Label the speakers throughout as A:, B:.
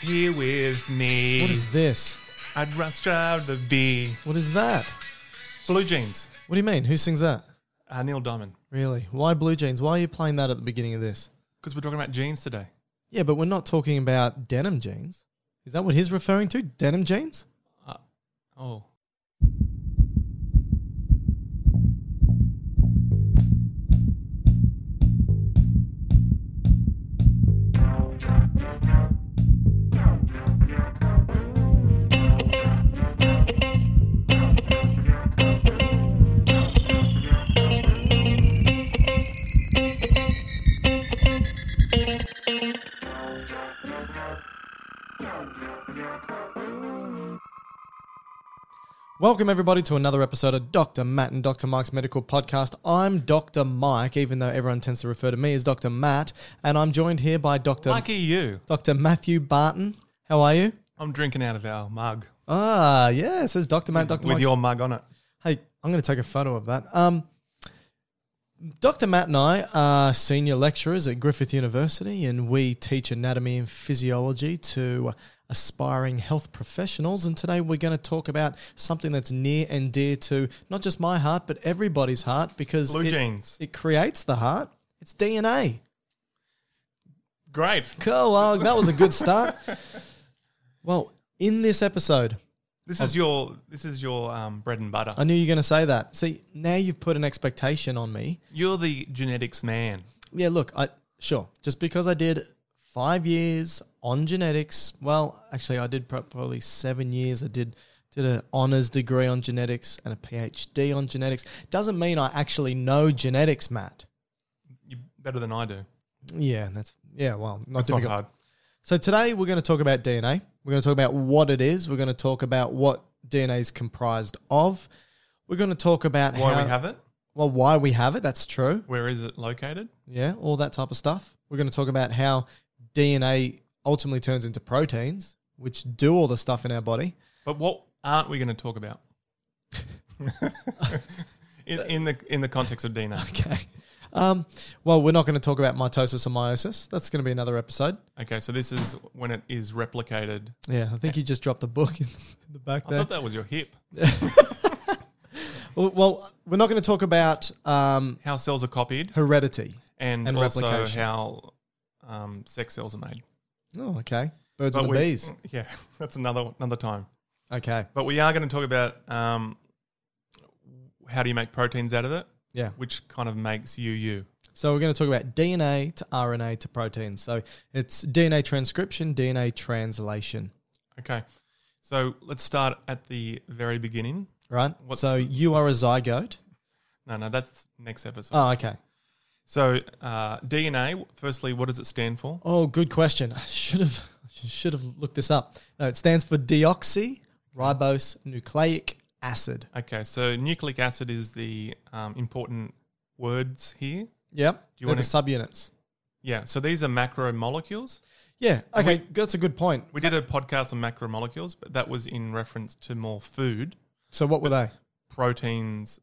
A: Here with me.
B: What is this?
A: I'd much rather be
B: What is that?
A: blue jeans.
B: What do you mean? Who sings that?
A: Uh, Neil Diamond,
B: Really? Why blue jeans? Why are you playing that at the beginning of this?
A: because we're talking about jeans today.
B: Yeah, but we're not talking about denim jeans. Is that what he's referring to? Denim jeans?
A: Oh,
B: Welcome, everybody, to another episode of Dr. Matt and Dr. Mike's Medical Podcast. I'm Dr. Mike, even though everyone tends to refer to me as Dr. Matt, and I'm joined here by Dr.
A: lucky Um, you.
B: Dr. Matthew Barton. How are you?
A: I'm drinking out of our mug
B: Ah, yeah, it says Dr. Matt, Dr.
A: with
B: Mike's-
A: your mug on it.
B: Hey, I'm going to take a photo of that. Um, Dr. Matt and I are senior lecturers at Griffith University, and we teach anatomy and physiology to aspiring health professionals. And today we're going to talk about something that's near and dear to not just my heart, but everybody's heart because
A: Blue
B: it,
A: jeans.
B: it creates the heart. It's DNA.
A: Great.
B: Cool. Well, that was a good start. well, in this episode,
A: This
B: Oh.
A: is your this is your um, bread and butter.
B: I knew you were going to say that. See, now you've put an expectation on me.
A: You're the genetics man.
B: Yeah, look, I sure. Just because I did five years on genetics, well, actually, I did prob- probably seven years. I did did an honors degree on genetics and a PhD on genetics. Doesn't mean I actually know genetics, Matt.
A: You're better than I do.
B: Yeah, that's yeah. Well, not
A: That's
B: difficult.
A: not hard.
B: So today we're going to talk about DNA. We're going to talk about what it is. We're going to talk about what DNA is comprised of. We're going to talk about
A: Why
B: how,
A: we have it?
B: well why we have it. That's true.
A: Where is it located?
B: yeah, all that type of stuff. We're going to talk about how DNA ultimately turns into proteins, which do all the stuff in our body.
A: But what aren't we going to talk about? in, in the in the context of DNA.
B: Okay. Um, well, we're not going to talk about mitosis and meiosis. That's going to be another episode.
A: Okay, so this is when it is replicated.
B: Yeah, I think you just dropped a book in the back
A: I
B: there.
A: thought that was your hip.
B: Well, well, we're not going to talk about um,
A: How cells are copied
B: heredity.
A: and,
B: And
A: also
B: replication.
A: how um, sex cells are made.
B: Oh, okay. Birds
A: But
B: and the
A: we-
B: bees.
A: Yeah, that's another another time.
B: Okay.
A: But we are going to talk about um, how do you make proteins out of it,
B: Yeah.
A: which kind of makes you you.
B: So we're going to talk about DNA to RNA to proteins. So it's DNA transcription, DNA translation,
A: Okay, so let's start at the very beginning.
B: right?
A: What's-
B: so you are a zygote.
A: No, no, that's next episode.
B: Oh, okay.
A: So uh, DNA. Firstly, what does it stand for?
B: Oh, good question. I should have should have looked this up. No, it stands for deoxyribose nucleic acid.
A: Okay, so nucleic acid is the um, important words here.
B: Yep.
A: you
B: They're
A: wanna-
B: the subunits.
A: Yeah. So these are macromolecules.
B: Yeah. Okay. that's a good point.
A: We did a podcast on macromolecules, but that was in reference to more food,
B: So what were they?
A: proteins,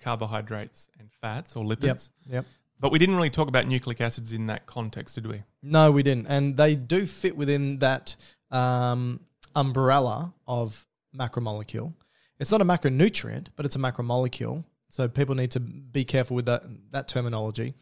A: carbohydrates, and fats or lipids.
B: Yep. Yep.
A: But we didn't really talk about nucleic acids in that context, did we?
B: No, we didn't. And they do fit within that um, umbrella of macromolecule. It's not a macronutrient, but it's a macromolecule. So people need to be careful with that, that terminology.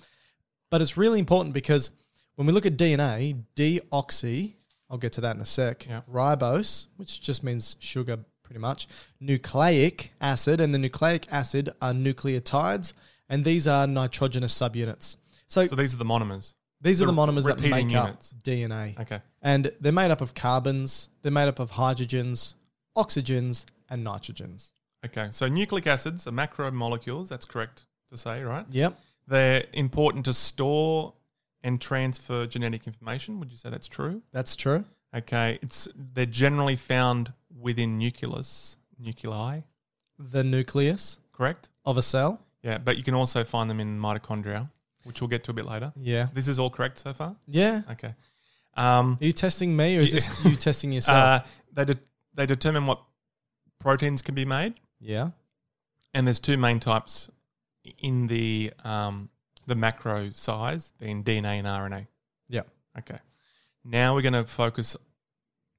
B: But it's really important because when we look at DNA, deoxy, I'll get to that in a sec,
A: Yeah.
B: ribose, which just means sugar pretty much, nucleic acid, and the nucleic acid are nucleotides, and these are nitrogenous subunits. So,
A: So these are the monomers.
B: these are
A: The
B: the monomers that
A: repeating
B: make
A: units.
B: up DNA.
A: Okay.
B: And they're made up of carbons, they're made up of hydrogens, oxygens, and nitrogens.
A: Okay. So nucleic acids are macromolecules. That's correct to say, right?
B: Yep.
A: They're important to store and transfer genetic information. Would you say that's true?
B: That's true.
A: Okay. It's they're generally found within nucleus nuclei,
B: The nucleus
A: correct?
B: of a cell.
A: Yeah, but you can also find them in mitochondria, which we'll get to a bit later.
B: Yeah.
A: This is all correct so far?
B: Yeah.
A: Okay. Um,
B: Are you testing me or is this you testing yourself?
A: uh, they, de- they determine what proteins can be made,
B: yeah.
A: and there's two main types in the, um, the macro size, being DNA and RNA.
B: Yeah.
A: Okay. Now we're going to focus,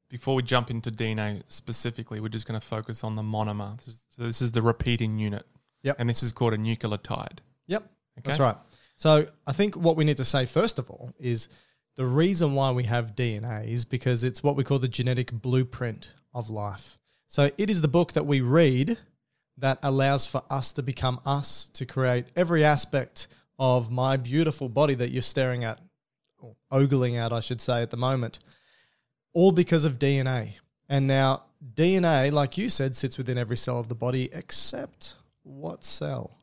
A: before we jump into DNA specifically, we're just going to focus on the monomer. This is- So this is the repeating unit.
B: Yep.
A: And this is called a nucleotide.
B: Yep. That's
A: Okay.
B: right. So I think what we need to say first of all is the reason why we have DNA is because it's what we call the genetic blueprint of life. So it is the book that we read that allows for us to become us, to create every aspect of my beautiful body that you're staring at, or ogling at, I should say, at the moment, all because of DNA. And now, DNA, like you said, sits within every cell of the body except what cell?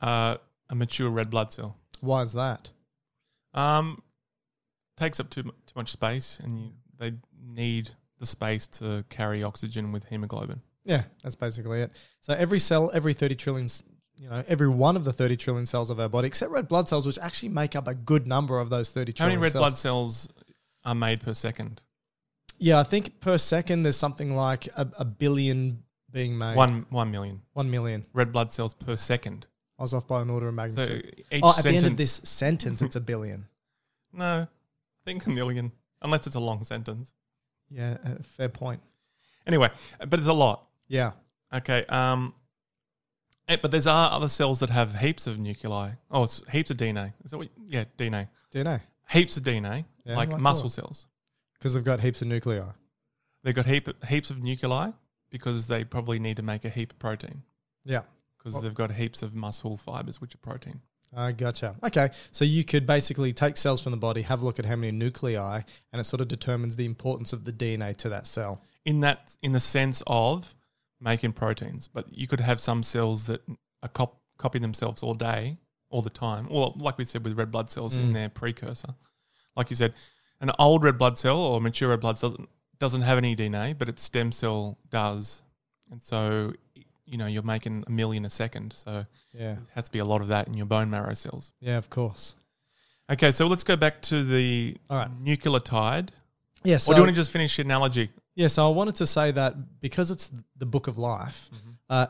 A: Uh, a mature red blood cell.
B: Why is that?
A: Um, takes up too mu- too much space, and you, they need the space to carry oxygen with hemoglobin.
B: Yeah, that's basically it. So every cell, every 30 trillion, s- you know, every one of the 30 trillion cells of our body, except red blood cells, which actually make up a good number of those 30
A: How many
B: trillion
A: red
B: cells.
A: blood cells are made per second?
B: Yeah, I think per second there's something like a, a billion being made.
A: One one million
B: One million.
A: red blood cells per second.
B: I was off by an order of
A: So
B: magnitude.
A: each
B: oh, at
A: sentence.
B: the end of this sentence, it's a billion.
A: no, I think a million, unless it's a long sentence.
B: Yeah, uh, fair point.
A: Anyway, but it's a lot.
B: Yeah.
A: Okay. Um, eh, but there's are other cells that have heaps of nuclei. Oh, it's heaps of DNA. Is that what? Yeah, DNA.
B: DNA.
A: Heaps of DNA,
B: Yeah,
A: like
B: like
A: muscle
B: what?
A: cells.
B: Because they've got heaps of nuclei.
A: They've got heap, heaps of nuclei because they probably need to make a heap of protein
B: Yeah.
A: because they've got heaps of muscle fibers, which are protein.
B: I Uh, gotcha. Okay. So you could basically take cells from the body, have a look at how many nuclei, and it sort of determines the importance of the DNA to that cell.
A: In that, in the sense of making proteins, but you could have some cells that are cop, copying themselves all day, all the time. Well, like we said with red blood cells in their precursor, like you said, an old red blood cell or mature red blood cell doesn't doesn't have any DNA, but its stem cell does, and so you know you're making a million a second. So
B: Yeah.
A: there has to be a lot of that in your bone marrow cells.
B: Yeah, of course.
A: Okay, so let's go back to the
B: All right.
A: nucleotide.
B: Yeah. So,
A: or do you want to just finish the analogy?
B: yeah, so I wanted to say that because it's the book of life,
A: Mm-hmm.
B: uh,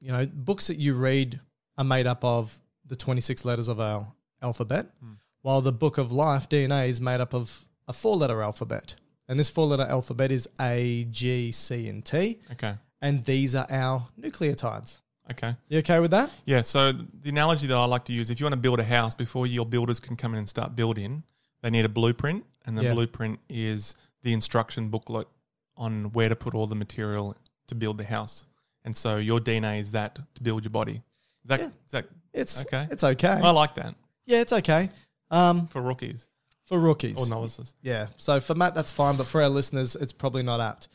B: you know, books that you read are made up of the 26 letters of our alphabet,
A: Hmm.
B: while the book of life, DNA, is made up of a four letter alphabet. And this four letter alphabet is A, G, C, and T.
A: Okay,
B: And these are our nucleotides.
A: okay.
B: You okay with that?
A: Yeah, so the analogy that I like to use if you want to build a house before your builders can come in and start building, they need a blueprint, and the
B: Yeah.
A: blueprint is the instruction booklet on where to put all the material to build the house. And so your DNA is that to build your body. Is that,
B: Yeah.
A: is that
B: It's
A: Okay.
B: okay. It's okay.
A: I like that
B: yeah, it's okay. Um,
A: for rookies
B: for rookies.
A: or novices.
B: Yeah. So for Matt, that's fine, but for our listeners, it's probably not apt.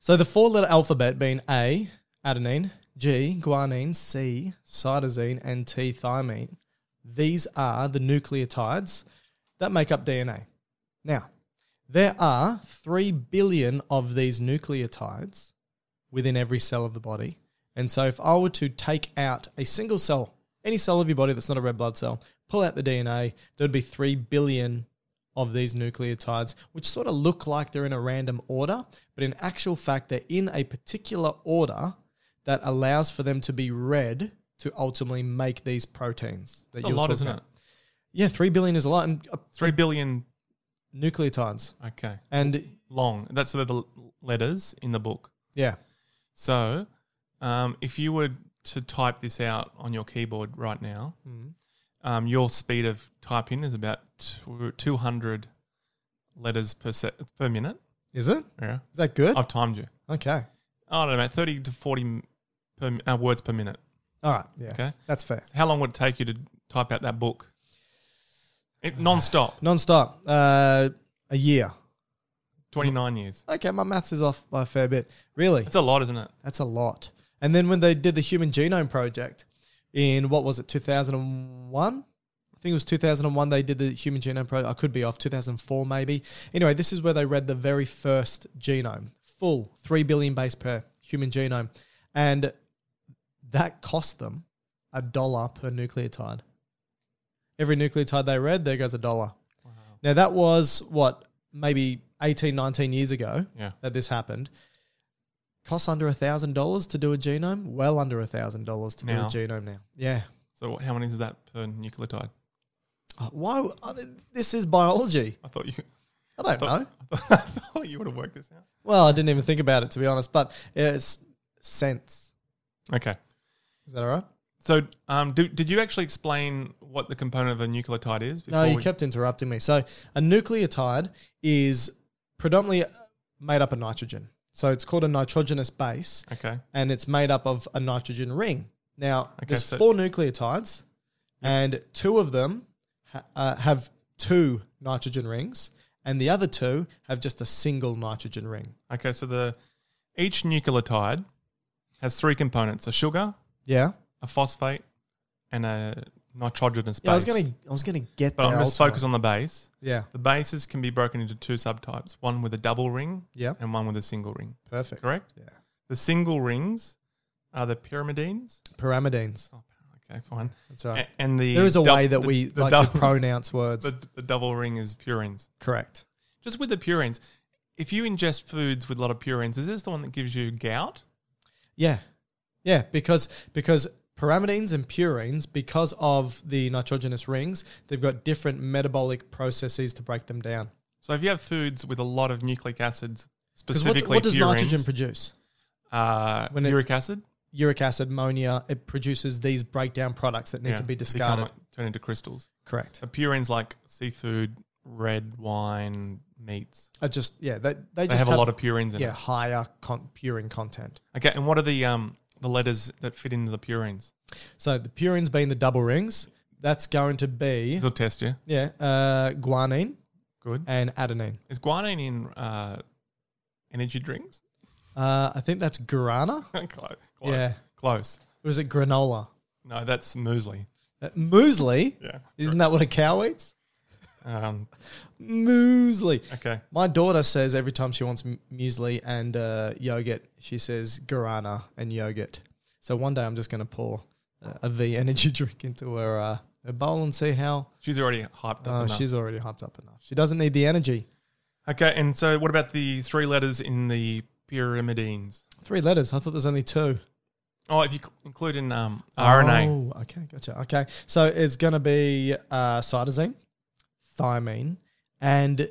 B: So the four letter alphabet being A, adenine, G, guanine, C, cytosine, and T, thymine. These are the nucleotides that make up DNA. Now, there are 3 billion of these nucleotides within every cell of the body. And so if I were to take out a single cell Any cell of your body that's not a red blood cell, pull out the DNA, there'd be 3 billion of these nucleotides, which sort of look like they're in a random order, but in actual fact, they're in a particular order that allows for them to be read to ultimately make these proteins. That
A: It's a
B: you're
A: lot,
B: talking
A: isn't
B: about.
A: it?
B: Yeah, 3 billion is a lot. And uh,
A: Three billion.
B: nucleotides.
A: Okay.
B: And
A: Long. That's the l- letters in the book.
B: yeah,
A: So, um, if you were to type this out on your keyboard right now, um, your speed of typing is about tw- 200 letters per se- per minute.
B: is it?
A: Yeah.
B: Is that good?
A: I've timed you.
B: okay.
A: I don't know, about 30 to 40 m- per, mi- uh, words per minute.
B: All right. Yeah.
A: Okay.
B: That's fair.
A: How long would it take you to type out that book? It, non-stop,
B: Non-stop. Uh, a year.
A: 29 years.
B: Okay, my maths is off by a fair bit. Really?
A: It's a lot, isn't it?
B: That's a lot. And then when they did the Human Genome Project in what was it, 2001? I think it was 2001 they did the Human Genome Project. I could be off, 2004 maybe. Anyway, this is where they read the very first genome, full 3 billion base pair human genome. And that cost them a dollar per nucleotide. Every nucleotide they read, there goes a dollar. Now, that was what, maybe 18, 19 years ago
A: Yeah.
B: that this happened. Costs under $1,000 to do a genome, well under $1,000 to
A: Now.
B: do a genome now. Yeah.
A: So what, how many is that per nucleotide?
B: Uh, Why? w- I mean, This is biology.
A: I thought you
B: I don't know.
A: I thought, I thought you would have worked this out.
B: Well, I didn't even think about it, to be honest, but it's cents.
A: Okay.
B: Is that all right?
A: So um, do, did you actually explain what the component of a nucleotide is?
B: No,
A: before
B: you
A: we-
B: kept interrupting me. So a nucleotide is predominantly uh, made up of nitrogen. So it's called a nitrogenous base,
A: Okay.
B: and it's made up of a nitrogen ring. Now there's
A: so-
B: four nucleotides, and two of them ha- uh, have two nitrogen rings, and the other two have just a single nitrogen ring.
A: Okay, so the each nucleotide has three components, a sugar,
B: Yeah,
A: a phosphate, and a nitrogenous base.
B: yeah. I was gonna, I was gonna get.
A: But I'm just focus on the base.
B: Yeah,
A: The bases can be broken into two subtypes, one with a double ring
B: Yep.
A: and one with a single ring.
B: perfect.
A: Correct?
B: Yeah,
A: The single rings are the pyrimidines.
B: pyrimidines.
A: Oh, okay, fine.
B: That's right.
A: A- And the
B: There is a
A: dou-
B: way that
A: the-
B: we
A: the
B: like to
A: double-
B: pronounce words.
A: the, the double ring is purines.
B: Correct.
A: Just with the purines, if you ingest foods with a lot of purines, is this the one that gives you gout?
B: Yeah, yeah, because because pyrimidines and purines, because of the nitrogenous rings, they've got different metabolic processes to break them down.
A: So if you have foods with a lot of nucleic acids,
B: 'Cause what,
A: specifically
B: what does
A: purines,
B: nitrogen produce?
A: uh,
B: when it-
A: uric acid,
B: Uric acid, ammonia. It produces these breakdown products that need
A: Yeah,
B: to be
A: become
B: discarded.
A: like- turn into crystals.
B: Correct.
A: So purines like seafood, red wine, meats.
B: I just yeah, they they,
A: They,
B: just
A: have, a lot of purines in
B: yeah
A: it.
B: higher con- purine content.
A: Okay, and what are the um the letters that fit into the purines?
B: So the purines being the double rings, that's going to be
A: This will test you.
B: yeah uh, guanine
A: Good.
B: and adenine.
A: Is guanine in uh, energy drinks?
B: Uh, I think that's guarana.
A: close, close.
B: Yeah.
A: Close.
B: Or is it granola?
A: No, that's muesli.
B: Uh, Muesli.
A: Yeah.
B: Isn't that what a cow eats?
A: Um,
B: Muesli.
A: okay.
B: My daughter says every time she wants mu- muesli and uh, yogurt, she says guarana and yogurt. So one day I'm just going to pour uh, a V energy drink into her, uh, her bowl and see how.
A: She's already hyped up.
B: Oh,
A: enough.
B: she's already hyped up enough. She doesn't need the energy.
A: Okay, and so what about the three letters in the pyrimidines?
B: Three letters. I thought there's only two.
A: Oh, if you cl- include in um, RNA,
B: Oh, okay, gotcha. Okay, so it's going to be uh, cytosine, thymine, and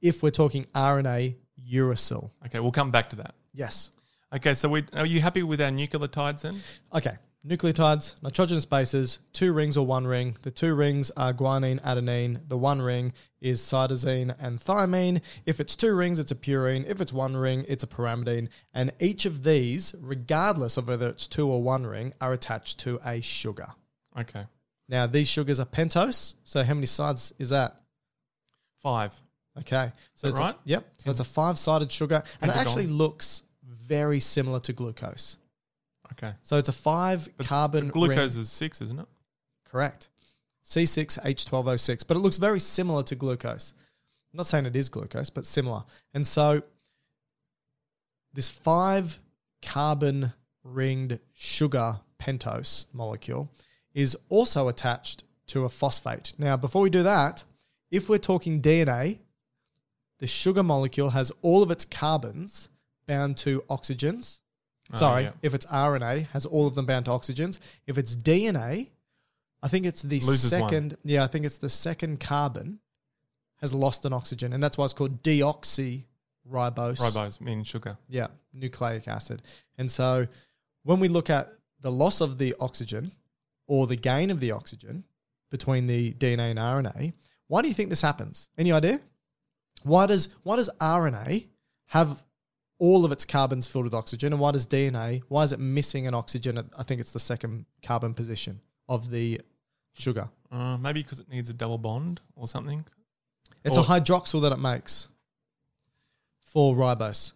B: if we're talking RNA, uracil.
A: okay, we'll come back to that.
B: Yes.
A: Okay, so we are you happy with our nucleotides then?
B: Okay. Nucleotides, nitrogenous bases, two rings or one ring. The two rings are guanine, adenine. The one ring is cytosine and thymine. If it's two rings, it's a purine. If it's one ring, it's a pyrimidine. And each of these, regardless of whether it's two or one ring, are attached to a sugar.
A: Okay,
B: Now, these sugars are pentose. So, how many sides is that?
A: five.
B: Okay. So,
A: that
B: it's a-
A: right? Hmm.
B: yep. So, it's a five sided sugar and it
A: Pentagon.
B: actually looks very similar to glucose.
A: Okay,
B: So, it's a five
A: But
B: carbon
A: the glucose
B: ring.
A: is six, isn't it?
B: Correct. C6H1206, but it looks very similar to glucose. I'm not saying it is glucose, but similar. And so this five carbon ringed sugar pentose molecule is also attached to a phosphate. Now, before we do that, if we're talking DNA, the sugar molecule has all of its carbons bound to oxygens.
A: Oh,
B: Sorry,
A: yeah.
B: if it's RNA, has all of them bound to oxygens. If it's DNA, I think it's the
A: Loses one.
B: second. Yeah, I think it's the second carbon has lost an oxygen, and that's why it's called deoxyribose.
A: Ribose meaning sugar.
B: Yeah, nucleic acid. And so when we look at the loss of the oxygen or the gain of the oxygen between the DNA and RNA, why do you think this happens? Any idea? Why does why does RNA have all of its carbons filled with oxygen and why does DNA why is it missing an oxygen at, I think it's the second carbon position of the sugar.
A: Uh, maybe because it needs a double bond or something.
B: It's
A: Or-
B: a hydroxyl that it makes for ribose.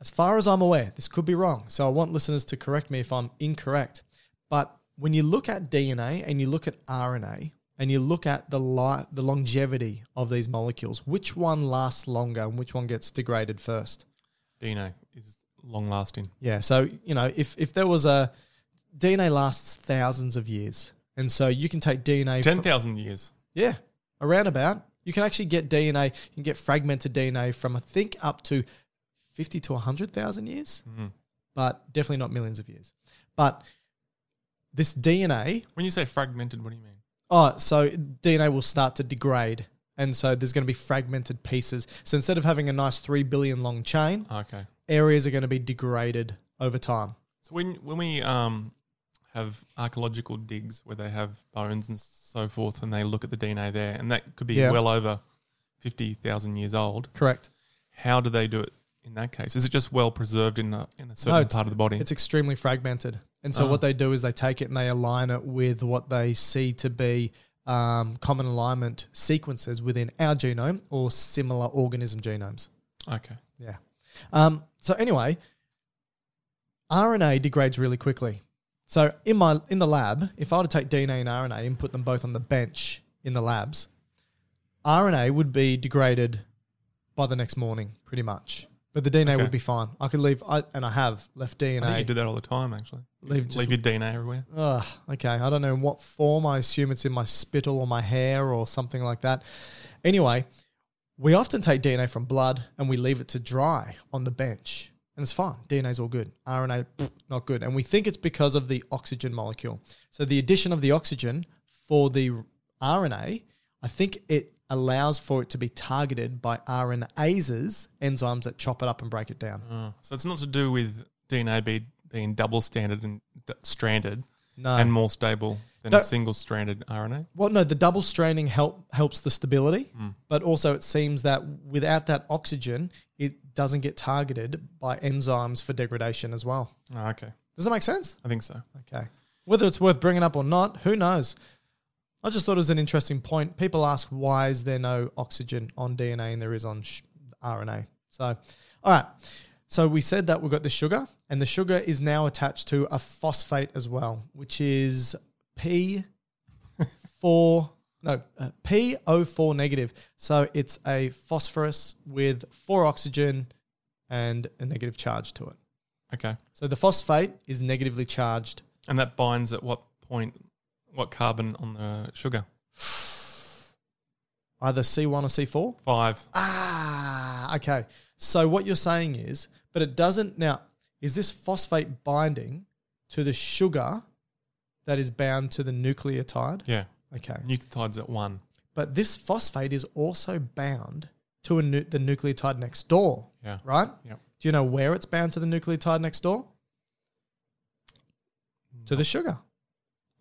B: As far as I'm aware, this could be wrong. So I want listeners to correct me if I'm incorrect. But when you look at DNA and you look at RNA and you look at the li- the longevity of these molecules, which one lasts longer and which one gets degraded first?
A: DNA is long lasting.
B: Yeah. So you know, if if there was a DNA lasts thousands of years, and so you can take DNA
A: Ten
B: from-
A: thousand years.
B: yeah, around about. You can actually get DNA, you can get fragmented DNA from I think up to 50 to 100,000 years, but definitely not millions of years. But this DNA,
A: When you say fragmented, what do you mean?
B: oh, so DNA will start to degrade. And so there's going to be fragmented pieces. So instead of having a nice 3 billion long chain,
A: Okay.
B: areas are going to be degraded over time.
A: So when when we um have archaeological digs where they have bones and so forth, and they look at the DNA there, and that could be
B: Yeah.
A: well over fifty thousand years old.
B: Correct.
A: How do they do it in that case? Is it just well preserved in a in a certain
B: it's-
A: part of the body?
B: It's extremely fragmented. And so
A: Ah.
B: what they do is they take it and they align it with what they see to be um, common alignment sequences within our genome or similar organism genomes.
A: okay.
B: Yeah. Um, so anyway, RNA degrades really quickly. So in my in the lab, if I were to take DNA and RNA and put them both on the bench in the labs, RNA would be degraded by the next morning, pretty much. But the DNA
A: Okay.
B: would be fine. I could leave, I, and I have left DNA.
A: I think you do that all the time, actually.
B: Leave-
A: Leave,
B: just- Mm.
A: leave your DNA everywhere.
B: Ugh, okay, I don't know in what form. I assume it's in my spittle or my hair or something like that. Anyway, we often take DNA from blood and we leave it to dry on the bench. And it's fine. DNA's all good. RNA, pff, not good. And we think it's because of the oxygen molecule. So the addition of the oxygen for the RNA, I think it allows for it to be targeted by RNases, enzymes that chop it up and break it down.
A: Oh, so it's not to do with DNA be, being double standard and d- stranded
B: No.
A: and more stable than a
B: Don't-
A: single stranded RNA.
B: Well, no, the double stranding help helps the stability, but also it seems that without that oxygen, it doesn't get targeted by enzymes for degradation as well.
A: Oh, okay.
B: Does that make sense?
A: I think so.
B: Okay. Whether it's worth bringing up or not, who knows? I just thought it was an interesting point. People ask why is there no oxygen on DNA and there is on sh- RNA. So, all right. So we said that we've got the sugar, and the sugar is now attached to a phosphate as well, which is P four no uh, PO four negative. So it's a phosphorus with four oxygen and a negative charge to it.
A: Okay.
B: So the phosphate is negatively charged
A: And that binds at what point, what carbon on the sugar?
B: either C1 or C4.
A: Five.
B: Ah, okay. So what you're saying is, but it doesn't. Now, is this phosphate binding to the sugar that is bound to the nucleotide?
A: Yeah.
B: Okay.
A: Nucleotides at one.
B: But this phosphate is also bound to a nu- the nucleotide next door,
A: Yeah.
B: right?
A: Yep.
B: Do you know where it's bound to the nucleotide next door? To the sugar.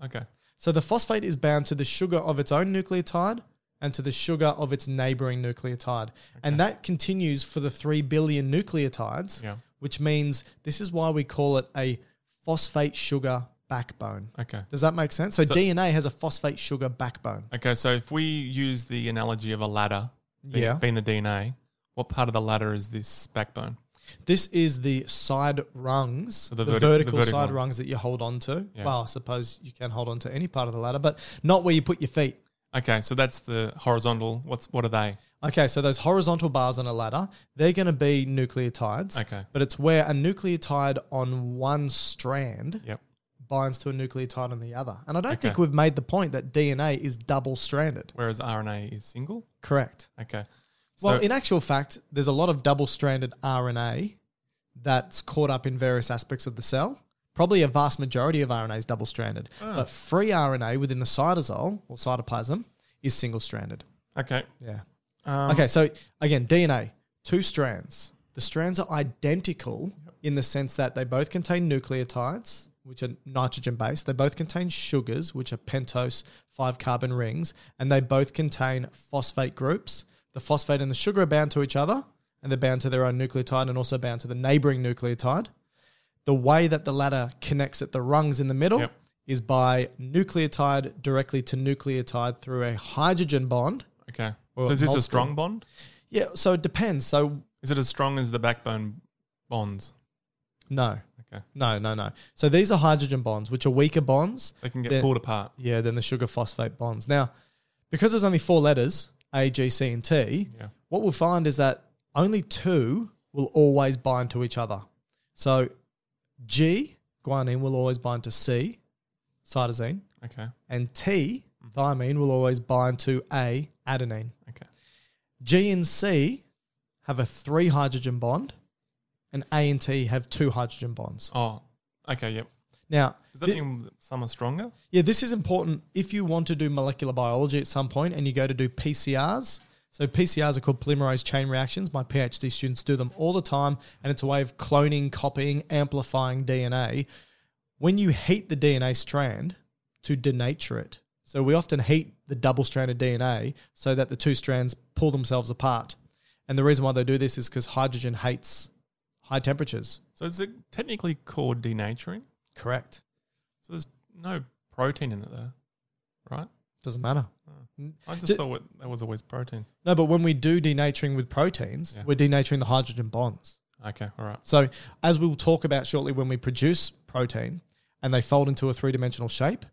A: Okay.
B: So the phosphate is bound to the sugar of its own nucleotide and to the sugar of its neighboring nucleotide. And that continues for the 3 billion nucleotides,
A: Yeah.
B: which means this is why we call it a phosphate sugar backbone.
A: Okay.
B: Does that make sense? So,
A: So-
B: DNA has a phosphate sugar backbone.
A: Okay. So if we use the analogy of a ladder, being,
B: Yeah.
A: being the DNA, what part of the ladder is this backbone?
B: This is the side rungs,
A: the verti-
B: the,
A: the
B: vertical
A: vertical
B: side
A: ones.
B: rungs that you hold on to.
A: Yeah.
B: Well, I suppose you can hold on to any part of the ladder, but not where you put your feet.
A: Okay. So that's the horizontal. What's What are they?
B: Okay, so those horizontal bars on a ladder, they're going to be nucleotides.
A: Okay.
B: But it's where a nucleotide on one strand
A: Yep.
B: binds to a nucleotide on the other. And I don't think we've made the point that DNA is double stranded.
A: Whereas RNA is single.
B: Correct.
A: Okay. So,
B: Well, in actual fact, there's a lot of double stranded RNA that's caught up in various aspects of the cell. Probably a vast majority of RNA is double stranded,
A: Ah.
B: but free RNA within the cytosol or cytoplasm is single stranded.
A: okay.
B: Yeah.
A: Um,
B: okay, so again, DNA, two strands. The strands are identical in the sense that they both contain nucleotides, which are nitrogen based. They both contain sugars, which are pentose five carbon rings, and they both contain phosphate groups. The phosphate and the sugar are bound to each other, and they're bound to their own nucleotide and also bound to the neighboring nucleotide. The way that the latter connects at the rungs in the middle
A: Yep.
B: is by nucleotide directly to nucleotide through a hydrogen bond.
A: Okay.
B: Well,
A: so is this a
B: multiple.
A: strong bond?
B: Yeah, so it depends. So
A: Is it as strong as the backbone bonds?
B: no,
A: Okay.
B: no, no, no. So these are hydrogen bonds, which are weaker bonds.
A: They can get
B: They're-
A: pulled apart.
B: Yeah, than the sugar phosphate bonds. Now, because there's only four letters A, G, C, and T,
A: Yeah.
B: what we'll find is that only two will always bind to each other. So G, guanine, will always bind to C, cytosine,
A: Okay.
B: and T, thymine, will always bind to A, adenine.
A: Okay.
B: G and C have a three hydrogen bond, and A and T have two hydrogen bonds.
A: Oh. Okay. Yep.
B: Now,
A: Does that
B: thi-
A: mean that some are stronger?
B: yeah, this is important if you want to do molecular biology at some point and you go to do PCRs. So PCRs are called polymerase chain reactions. My PhD students do them all the time, and it's a way of cloning, copying, amplifying DNA. When you heat the DNA strand to denature it, so we often heat the double-stranded DNA so that the two strands pull themselves apart. And the reason why they do this is because hydrogen hates high temperatures.
A: So is it technically called denaturing?
B: Correct.
A: So there's no protein in it there, right?
B: Doesn't matter.
A: I just
B: Ju-
A: thought what, that was always protein.
B: No, but when we do denaturing with proteins,
A: Yeah.
B: we're denaturing the hydrogen bonds.
A: Okay. All right.
B: So, as we'll talk about shortly, when we produce protein and they fold into a three dimensional shape,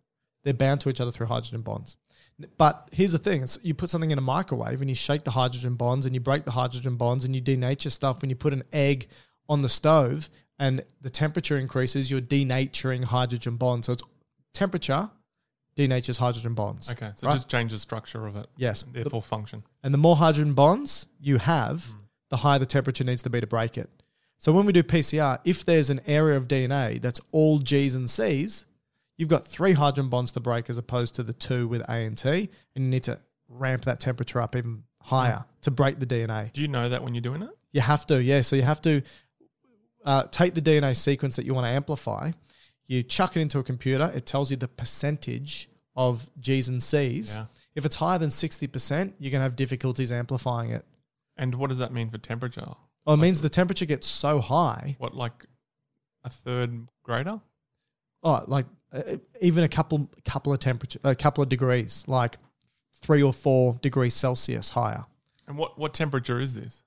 B: they're bound to each other through hydrogen bonds. N- But here's the thing it's- you put something in a microwave and you shake the hydrogen bonds and you break the hydrogen bonds and you denature stuff. When you put an egg on the stove and the temperature increases, you're denaturing hydrogen bonds. So, it's temperature denatures hydrogen bonds.
A: Okay. So
B: right?
A: just change the structure of it.
B: Yes.
A: Therefore, function.
B: And the more hydrogen bonds you have, the higher the temperature needs to be to break it. So when we do PCR, if there's an area of DNA that's all G's and C's, you've got three hydrogen bonds to break as opposed to the two with A and T, and you need to ramp that temperature up even higher to break the DNA.
A: Do you know that when you're doing it?
B: You have to, yeah. So you have to uh, take the DNA sequence that you want to amplify, you chuck it into a computer, it tells you the percentage of G's and C's.
A: Yeah.
B: If it's higher than 60%, you're going to have difficulties amplifying it.
A: And what does that mean for temperature?
B: Oh, it means the temperature gets so high,
A: What, like a third grader?
B: oh, like uh, even a couple couple of temperature, a couple of degrees, like three or four degrees Celsius higher.
A: And what, what temperature is this?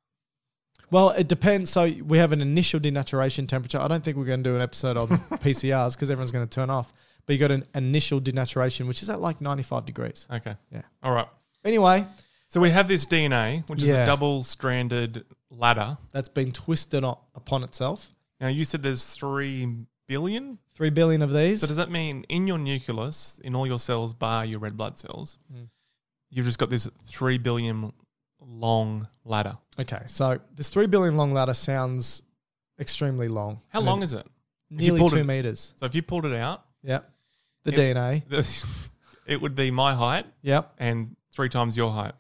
B: Well, it depends. So we have an initial denaturation temperature. I don't think we're going to do an episode of PCRs because everyone's going to turn off. But you got an initial denaturation, which is at like 95 degrees.
A: Okay.
B: Yeah.
A: All right.
B: Anyway,
A: So we have this DNA, which is a
B: Yeah.
A: double stranded ladder.
B: that's been twisted up upon itself.
A: Now, you said there's three billion.
B: Three billion of these.
A: So does that mean in your nucleus, in all your cells, bar your red blood cells,
B: Mm.
A: you've just got this three billion long ladder?
B: okay, so this three billion long ladder sounds extremely long.
A: How
B: I mean,
A: long is it? If you
B: Nearly
A: pulled
B: two
A: it-
B: meters.
A: So if you pulled it out,
B: Yep. The
A: It-
B: DNA.
A: the- it would be my height
B: Yep.
A: and three times your height.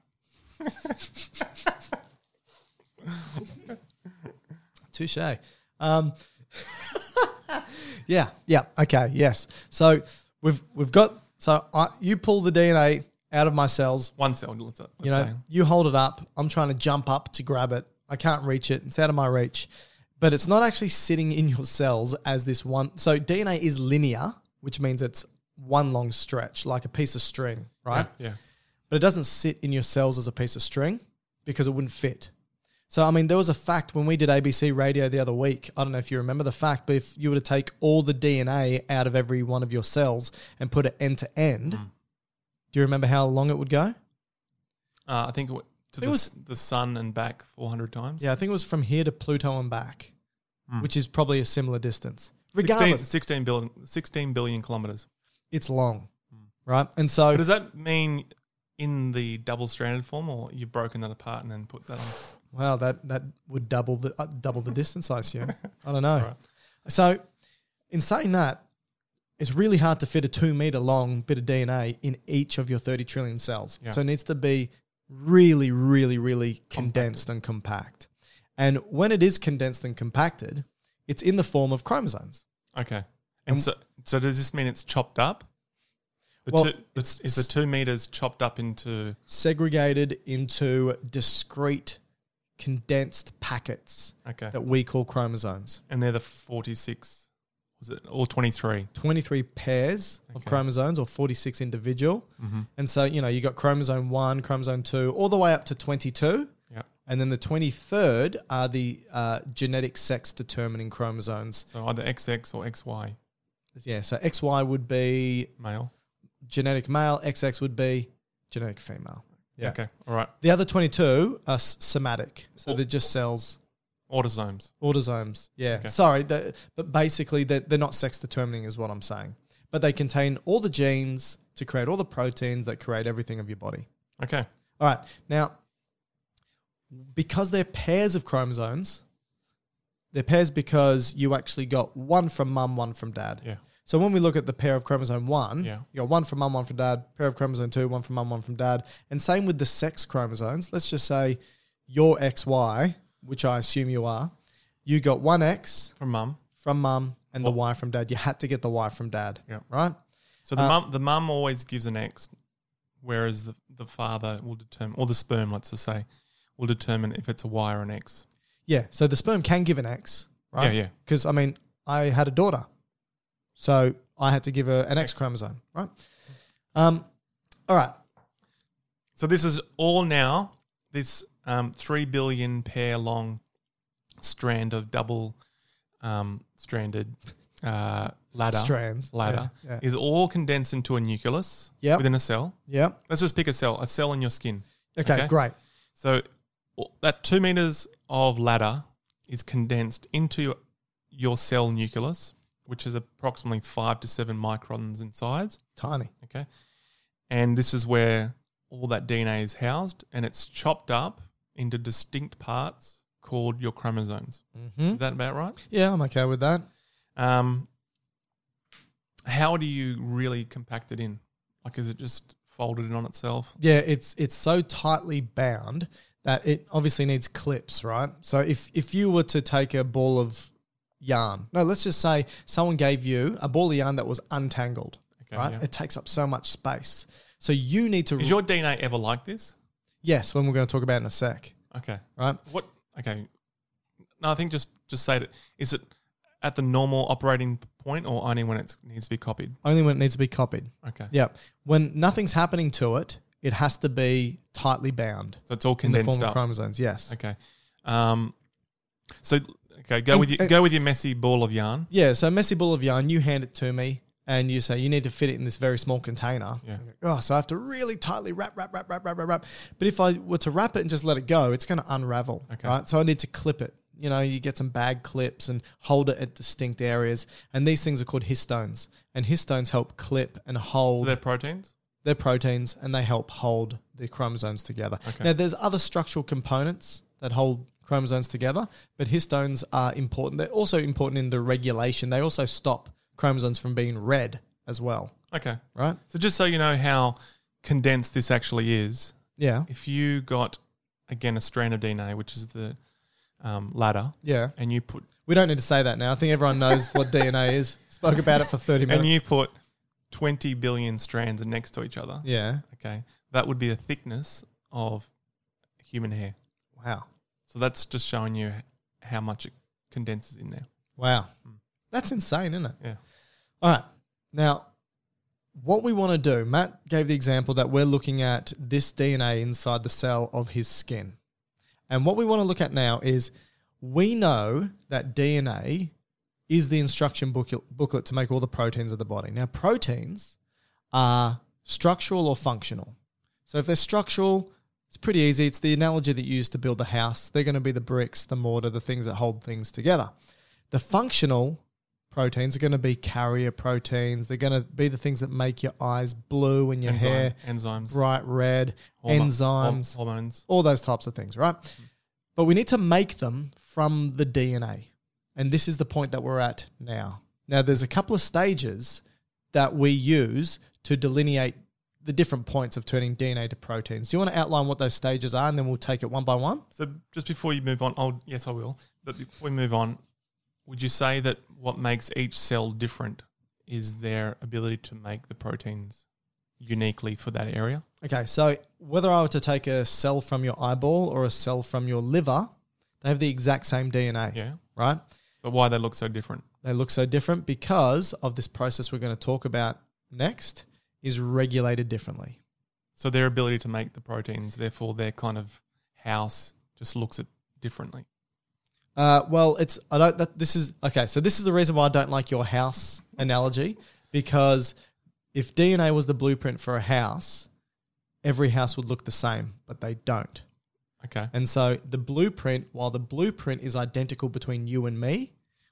B: Touche. Um, yeah, yeah, okay, yes. So we've we've got so I, you pull the DNA out of my cells.
A: One cell, let's, let's
B: You know,
A: say.
B: you hold it up. I'm trying to jump up to grab it. I can't reach it. It's out of my reach. But it's not actually sitting in your cells as this one. So DNA is linear, which means it's one long stretch, like a piece of string, right?
A: Yeah.
B: but it doesn't sit in your cells as a piece of string because it wouldn't fit. So, I mean, there was a fact when we did ABC radio the other week. I don't know if you remember the fact, but if you were to take all the DNA out of every one of your cells and put it end to end, do you remember how long it would go?
A: Uh, I think it, w- to
B: It
A: the,
B: was-
A: s the sun and back 400 times.
B: Yeah, I think it was from here to Pluto and back, which is probably a similar distance.
A: 16,
B: Regardless,
A: 16 billion 16 billion kilometers.
B: it's long, right? And so
A: But does that mean in the double stranded form or you've broken that apart and then put that on?
B: Wow, that that would double the uh, double the distance, I assume. I don't know. So, in saying that, it's really hard to fit a two meter long bit of DNA in each of your thirty trillion cells.
A: Yeah.
B: So it needs to be really, really, really condensed and compact. And when it is condensed and compacted, it's in the form of chromosomes.
A: Okay.
B: Um,
A: And so, so does this mean it's chopped up? The
B: Well,
A: two, it's, is the two meters chopped up into
B: segregated into discrete, condensed packets
A: okay,
B: that we call chromosomes.
A: and they're the forty six, was it or twenty three?
B: 23 pairs of
A: Okay. Mm-hmm.
B: chromosomes or 46 individual. And so, you know, you got chromosome 1, chromosome 2, all the way up to 22.
A: Yeah.
B: And then the 23rd are the uh, genetic sex determining chromosomes.
A: So either XX or XY
B: Yeah. So XY would be
A: male.
B: genetic male, XX would be genetic female. Yeah.
A: Okay. All right.
B: The other 22 are s- somatic. So
A: Oh.
B: they're just cells.
A: Autosomes.
B: Autosomes, yeah.
A: Okay.
B: Sorry, they- but basically they're, they're not sex determining, is what I'm saying. But they contain all the genes to create all the proteins that create everything of your body.
A: Okay.
B: All right, now, because they're pairs of chromosomes, they're pairs because you actually got one from mum, one from dad.
A: Yeah.
B: So when we look at the pair of chromosome one,
A: Yeah.
B: you got one from mum, one from dad, pair of chromosome two, one from mum, one from dad. And same with the sex chromosomes. Let's just say your XY, which I assume you are, you got one X
A: From mum.
B: from mum and the Y from dad. You had to get the Y from dad.
A: Yeah.
B: Right?
A: So the
B: Uh,
A: mum the mum always gives an X, whereas the, the father will determine or the sperm, let's just say, will determine if it's a Y or an X.
B: Yeah. So the sperm can give an X, right?
A: Yeah, yeah.
B: Because I mean, I had a daughter, so I had to give her an X chromosome, right? Um, all right.
A: So this is all now. This um, three billion pair long strand of double um, stranded uh, ladder
B: Strands,
A: ladder
B: yeah, yeah.
A: is all condensed into a nucleus
B: Yep.
A: within a cell.
B: Yeah.
A: Let's just pick a cell, a cell in your skin.
B: Okay,
A: Okay.
B: Great.
A: So all- that two meters of ladder is condensed into your- your cell nucleus, which is approximately five to seven microns in size.
B: Tiny.
A: Okay. And this is where all that DNA is housed and it's chopped up into distinct parts called your chromosomes.
B: Mm-hmm.
A: Is that about right?
B: Yeah, I'm okay with that.
A: Um, how do you really compact it in? Like, is it just folded in on itself?
B: Yeah, it's it's so tightly bound that it obviously needs clips, right? So if if you were to take a ball of yarn, no, let's just say someone gave you a ball of yarn that was untangled,
A: Okay,
B: right?
A: yeah.
B: It takes up so much space. So you need to
A: Is your DNA ever like this?
B: yes, when we're going to talk about it in a sec,
A: Okay.
B: right?
A: What? Okay. No, I think just just say that. Is it at the normal operating point or only when it needs to be copied?
B: Only when it needs to be copied.
A: Okay.
B: Yeah, when nothing's happening to it, it has to be tightly bound
A: So it's all
B: in the
A: condensed
B: form
A: up.
B: of chromosomes. Yes.
A: Okay. Um, so okay, go
B: And-
A: with your,
B: and-
A: go with your messy ball of yarn.
B: Yeah, so a messy ball of yarn, you hand it to me and you say you need to fit it in this very small container.
A: Yeah.
B: I go, Oh, so I have to really tightly wrap, wrap, wrap, wrap, wrap, wrap, wrap. But if I were to wrap it and just let it go, it's going to unravel,
A: Okay.
B: right? So I need to clip it. You know, you get some bag clips and hold it at distinct areas. And these things are called histones. And histones help clip and
A: So
B: hold
A: they're proteins.
B: they're proteins and they help hold the chromosomes together. Now, there's other structural components that hold chromosomes together, but histones are important. They're also important in the regulation. They also stop chromosomes from being read as well,
A: Okay.
B: right?
A: So just so you know how condensed this actually is,
B: Yeah.
A: if you got again a strand of DNA, which is the um, ladder,
B: Yeah.
A: and you put
B: We don't need to say that now. I think everyone knows what DNA is. Spoke about it for 30 minutes.
A: and you put twenty billion strands next to each other.
B: yeah.
A: Okay, that would be the thickness of human hair.
B: Wow.
A: So that's just showing you how much it condenses in there.
B: Wow. That's insane, isn't it?
A: Yeah.
B: All right. Now, what we want to do, Matt gave the example that we're looking at this DNA inside the cell of his skin. And what we want to look at now is we know that DNA is the instruction booklet, booklet to make all the proteins of the body. Now, proteins are structural or functional. So, if they're structural, it's pretty easy. It's the analogy that you use to build a house. They're going to be the bricks, the mortar, the things that hold things together. The functional proteins are going to be carrier proteins. They're going to be the things that make your eyes blue and your
A: Enzyme-
B: hair
A: enzymes,
B: bright red,
A: hormo-
B: enzymes,
A: hor- hormones.
B: all those types of things, right? But we need to make them from the DNA. And this is the point that we're at now. Now, there's a couple of stages that we use to delineate the different points of turning DNA to proteins. Do you want to outline what those stages are and then we'll take it one by one?
A: So just before you move on, I'll yes, I will. But before we move on, would you say that what makes each cell different is their ability to make the proteins uniquely for that area?
B: Okay, so whether I were to take a cell from your eyeball or a cell from your liver, they have the exact same DNA,
A: Yeah.
B: right?
A: But why they look so different?
B: They look so different because of this process we're going to talk about next is regulated differently.
A: So their ability to make the proteins, therefore their kind of house just looks at differently.
B: Uh, well, it's I don't. That, this is okay. So this is the reason why I don't like your house analogy because if DNA was the blueprint for a house, every house would look the same, but they don't.
A: Okay.
B: And so the blueprint, while the blueprint is identical between you and me,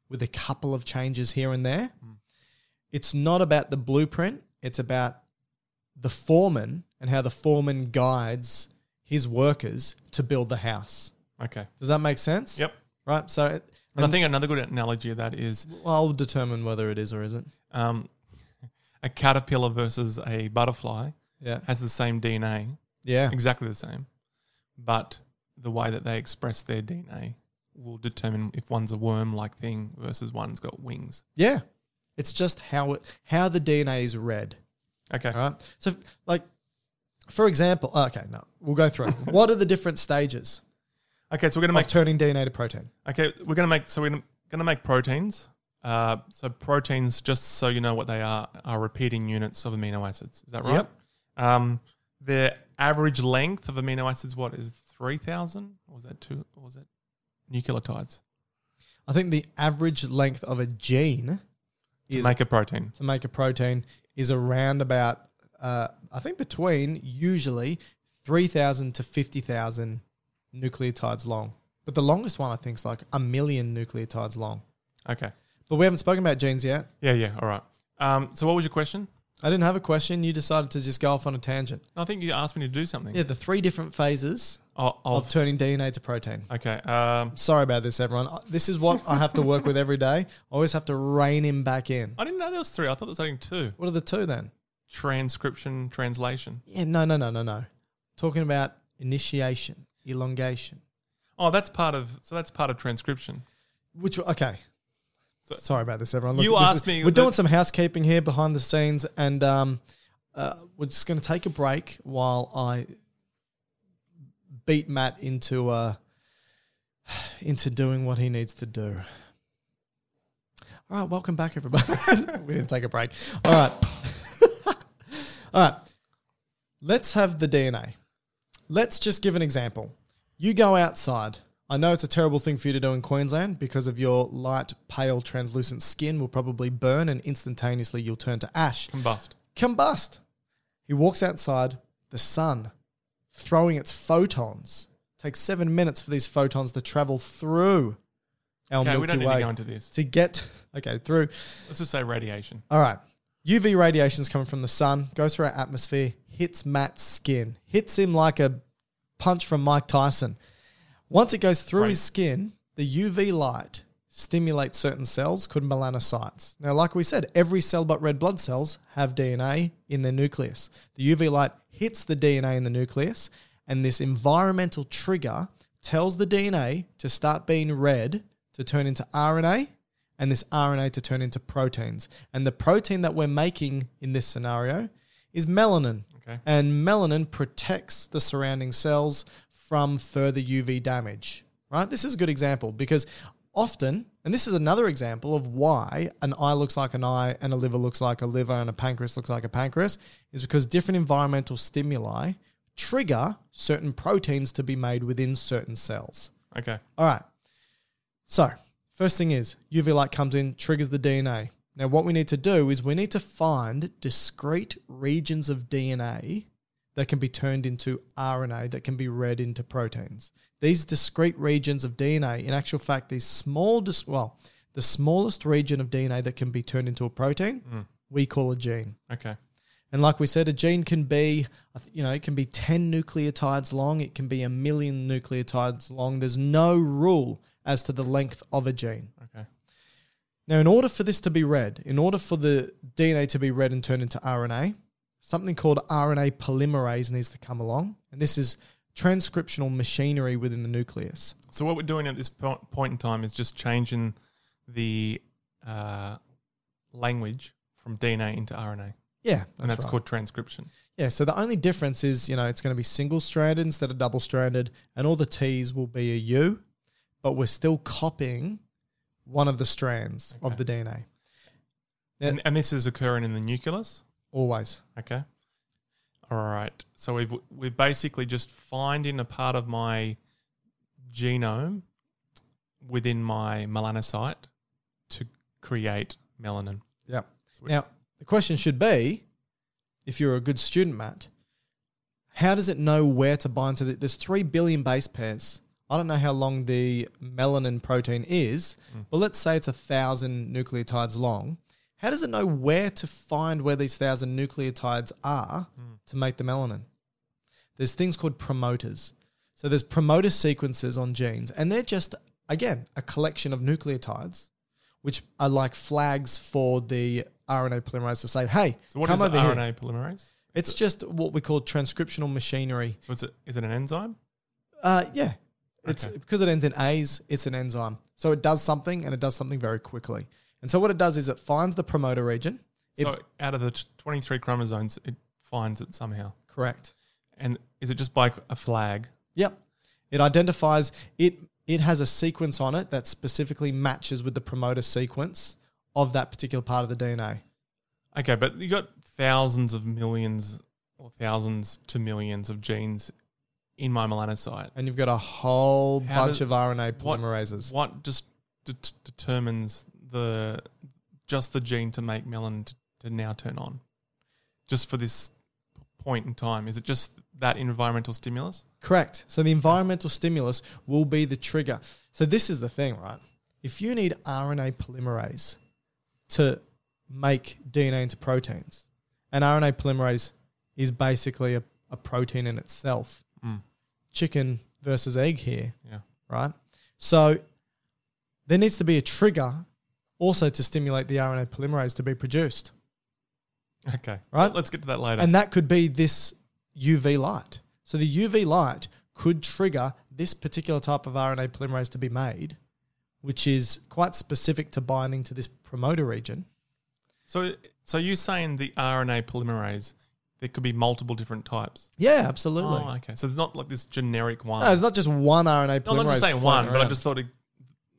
B: with a couple of changes here and there, it's not about the blueprint. It's about the foreman and how the foreman guides his workers to build the house.
A: Okay.
B: Does that make sense?
A: Yep.
B: Right. So, it,
A: And, I think another good analogy of that is
B: I'll determine whether it is or isn't.
A: um, a caterpillar versus a butterfly
B: Yeah.
A: has the same DNA,
B: Yeah.
A: exactly the same, but the way that they express their DNA will determine if one's a worm-like thing versus one's got wings.
B: Yeah. It's just how it, how the DNA is read.
A: Okay.
B: All right. So, like, for example, oh, okay, no, we'll go through. it. what are the different stages
A: Okay. So we're gonna
B: of
A: make
B: turning DNA to protein?
A: Okay, we're gonna make so we're gonna, gonna make proteins. Uh, so proteins, just so you know what they are, are repeating units of amino acids. Is that right?
B: Yep.
A: Um, the average length of amino acids, what is three thousand? Or was that two? Or was that nucleotides
B: I think the average length of a gene
A: to
B: is
A: make a protein?
B: to make a protein is around about, uh, I think, between usually 3,000 to 50,000 nucleotides long. But the longest one, I think, is like a million nucleotides long.
A: Okay.
B: But we haven't spoken about genes yet.
A: Yeah. Yeah. All right. Um, so what was your question?
B: I didn't have a question. You decided to just go off on a tangent.
A: I think you asked me to do something.
B: Yeah, the three different phases
A: Oh,
B: of,
A: of,
B: turning DNA to protein.
A: okay. Um,
B: Sorry about this, everyone. Uh, This is what I have to work with every day. I always have to rein him back in.
A: I didn't know there was three. I thought there was only two.
B: What are the two then?
A: Transcription, translation.
B: Yeah, no, no, no, no, no. Talking about initiation, elongation,
A: Oh, that's part of. So that's part of transcription.
B: which okay.
A: So-
B: Sorry about this, everyone.
A: You
B: this
A: asked
B: is-
A: me
B: We're doing
A: that-
B: some housekeeping here behind the scenes, and um, uh, we're just going to take a break while I beat Matt into uh, into doing what he needs to do. All right, welcome back, everybody. we didn't take a break. All right, all right. Let's have the DNA. Let's just give an example. You go outside. I know it's a terrible thing for you to do in Queensland because of your light, pale, translucent skin will probably burn and instantaneously you'll turn to ash.
A: Combust.
B: Combust. He walks outside, the sun throwing its photons. Takes seven minutes for these photons to travel through our
A: Okay,
B: Milky
A: we don't need
B: Way
A: to go into this.
B: to get, okay, through
A: Let's just say radiation.
B: all right. UV radiation is coming from the sun, goes through our atmosphere, hits Matt's skin, hits him like a punch from Mike Tyson. Once it goes through
A: Right.
B: his skin, the UV light stimulates certain cells called melanocytes. Now, like we said, every cell but red blood cells have DNA in their nucleus. The UV light hits the DNA in the nucleus, and this environmental trigger tells the DNA to start being red to turn into RNA and this RNA to turn into proteins. And the protein that we're making in this scenario is melanin.
A: Okay.
B: And melanin protects the surrounding cells from further UV damage, right? This is a good example because often, and this is another example of why an eye looks like an eye and a liver looks like a liver and a pancreas looks like a pancreas, is because different environmental stimuli trigger certain proteins to be made within certain cells.
A: Okay.
B: All right. So, first thing is UV light comes in, triggers the DNA. Now, what we need to do is we need to find discrete regions of DNA that can be turned into RNA that can be read into proteins. These discrete regions of DNA, in actual fact, these small, dis- well, the the smallest region of DNA that can be turned into a protein, we call a gene.
A: Okay.
B: And like we said, a gene can be, I th- you know, it can be 10 nucleotides long, it can be a million nucleotides long. There's no rule as to the length of a gene.
A: Okay.
B: Now, in order for this to be read, in order for the DNA to be read and turned into RNA, something called RNA polymerase needs to come along. And this is transcriptional machinery within the nucleus.
A: So what we're doing at this po- point in time is just changing the uh, language from DNA into RNA,
B: Yeah,
A: and that's
B: right.
A: called transcription.
B: Yeah, so the only difference is, you know, it's going to be single stranded instead of double stranded, and all the T's will be a U, but we're still copying one of the strands of the DNA. Yeah.
A: And, and this is occurring in the nucleus.
B: Always.
A: Okay. All right. So we've we're basically just finding a part of my genome within my melanocyte to create melanin.
B: Yeah.
A: Sweet.
B: Now, the question should be if you're a good student, Matt, how does it know where to bind to the. There's 3 billion base pairs. I don't know how long the melanin protein is,
A: Hmm.
B: but let's say it's a 1,000 nucleotides long. How does it know where to find where these 1,000 nucleotides are
A: Hmm.
B: to make the melanin? There's things called promoters. So there's promoter sequences on genes, and they're just, again, a collection of nucleotides which are like flags for the RNA polymerase to say, "Hey,
A: So what
B: come
A: is an
B: over
A: RNA
B: here."
A: polymerase?
B: It's just what we call transcriptional machinery.
A: So it's a, is it an enzyme?
B: Uh, yeah, it's
A: Okay.
B: because it ends in A's. It's an enzyme, so it does something, and it does something very quickly. And so what it does is it finds the promoter region. It-
A: so out of the t- 23 chromosomes, it finds it somehow.
B: correct.
A: And is it just like a flag?
B: Yep. It identifies it. It has a sequence on it that specifically matches with the promoter sequence of that particular part of the DNA.
A: Okay, but you got thousands of millions or thousands to millions of genes in my melanocyte.
B: And you've got a whole
A: How
B: bunch
A: does-
B: of RNA
A: What-
B: polymerases.
A: What, just det determines the just the gene to make melanin to, to now turn on? Just for this point in time, is it just that environmental stimulus?
B: Correct. So the environmental stimulus will be the trigger. So this is the thing, right? If you need RNA polymerase to make DNA into proteins, and RNA polymerase is basically a, a protein in itself, chicken versus egg here,
A: Yeah.
B: right? So there needs to be a trigger also to stimulate the RNA polymerase to be produced.
A: Okay.
B: Right.
A: Let's get to that later.
B: And that could be this UV light. So the UV light could trigger this particular type of RNA polymerase to be made, which is quite specific to binding to this promoter region.
A: so, so you're saying the RNA polymerase, there could be multiple different types.
B: Yeah, absolutely.
A: Oh, okay. So it's not like this generic one.
B: No, it's not just one RNA polymerase.
A: No, I'm not just saying one,
B: floating
A: but I
B: around.
A: just thought it,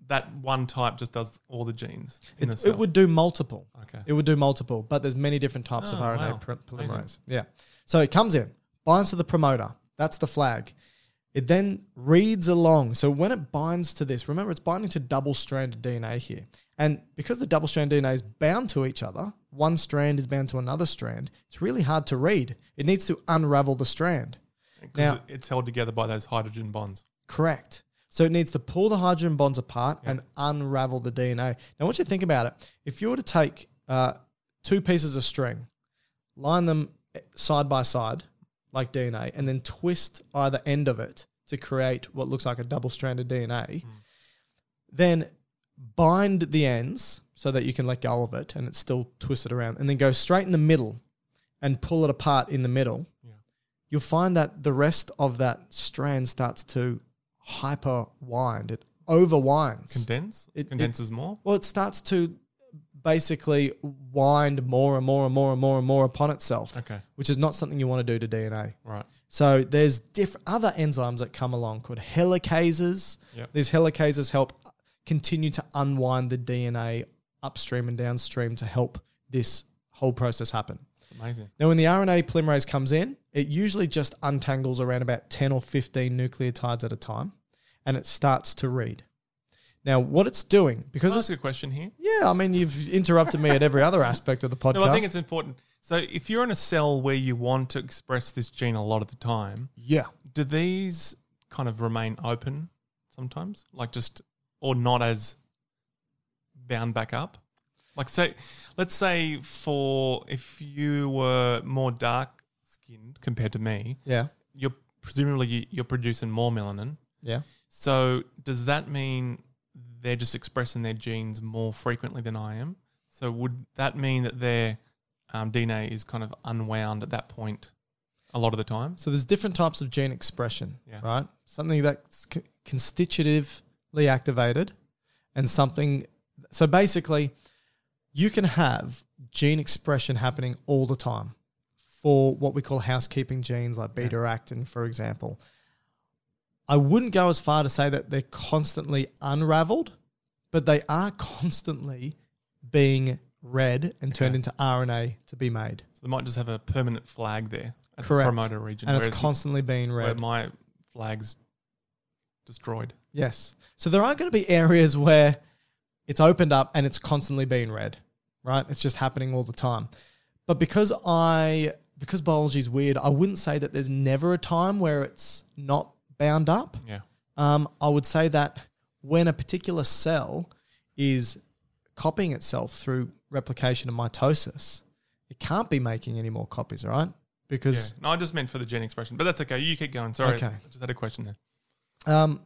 A: that one type just does all the genes in the
B: it,
A: cell.
B: it would do multiple.
A: Okay.
B: It would do multiple, but there's many different types of
A: Oh,
B: RNA
A: wow.
B: pr-
A: Amazing.
B: polymerase. Yeah. So it comes in, binds to the promoter. That's the flag. It then reads along. So when it binds to this, remember it's binding to double stranded DNA here. And because the double stranded DNA is bound to each other, one strand is bound to another strand, it's really hard to read. It needs to unravel the strand.
A: 'Cause
B: now-
A: it's held together by those hydrogen bonds.
B: Correct. So it needs to pull the hydrogen bonds apart and unravel the DNA. Now, I want you to think about it. If you were to take uh, two pieces of string, line them side by side like DNA, and then twist either end of it to create what looks like a double stranded DNA, then bind the ends so that you can let go of it and it's still twisted around, and then go straight in the middle and pull it apart in the middle you'll find that the rest of that strand starts to hyper wind. It over winds.
A: Condense?
B: It- it-
A: condenses more?
B: well, it starts to basically wind more and more and more and more and more upon itself,
A: Okay.
B: which is not something you want to do to DNA.
A: Right.
B: So there's diff- other enzymes that come along called helicases.
A: Yep.
B: These helicases help continue to unwind the DNA upstream and downstream to help this whole process happen.
A: Amazing.
B: Now, when the RNA polymerase comes in, it usually just untangles around about 10 or 15 nucleotides at a time and it starts to read. Now, what it's doing,
A: Can
B: because
A: I ask
B: it's,
A: you Oh, a question here?
B: yeah, I mean, you've interrupted me at every other aspect of the podcast.
A: No, I think it's important. So if you're in a cell where you want to express this gene a lot of the time,
B: yeah.
A: do these kind of remain open sometimes? Like just, or not as bound back up? Like, say, let's say for if you were more dark skinned compared to me,
B: Yeah.
A: you're presumably you- you're producing more melanin.
B: Yeah.
A: So does that mean they're just expressing their genes more frequently than I am? So would that mean that their um, DNA is kind of unwound at that point a lot of the time?
B: So there's different types of gene expression,
A: Yeah.
B: right? Something that's co- constitutively activated and something. So basically, you can have gene expression happening all the time for what we call housekeeping genes like beta actin, for example. I wouldn't go as far to say that they're constantly unraveled, but they are constantly being read and turned
A: Okay.
B: into RNA to be made.
A: So they might just have a permanent flag there at
B: Correct.
A: the promoter region.
B: And it's
A: whereas-
B: constantly being
A: where
B: read.
A: my flag's destroyed.
B: Yes. So there are going to be areas where it's opened up and it's constantly being read, right? It's just happening all the time. But because I because biology is weird, I wouldn't say that there's never a time where it's not bound up.
A: Yeah.
B: Um, I would say that when a particular cell is copying itself through replication and mitosis, it can't be making any more copies, right?
A: Yeah.
B: Because
A: No, I just meant for the gene expression, but that's okay. You keep going. Sorry,
B: Okay.
A: I just had a question there.
B: um,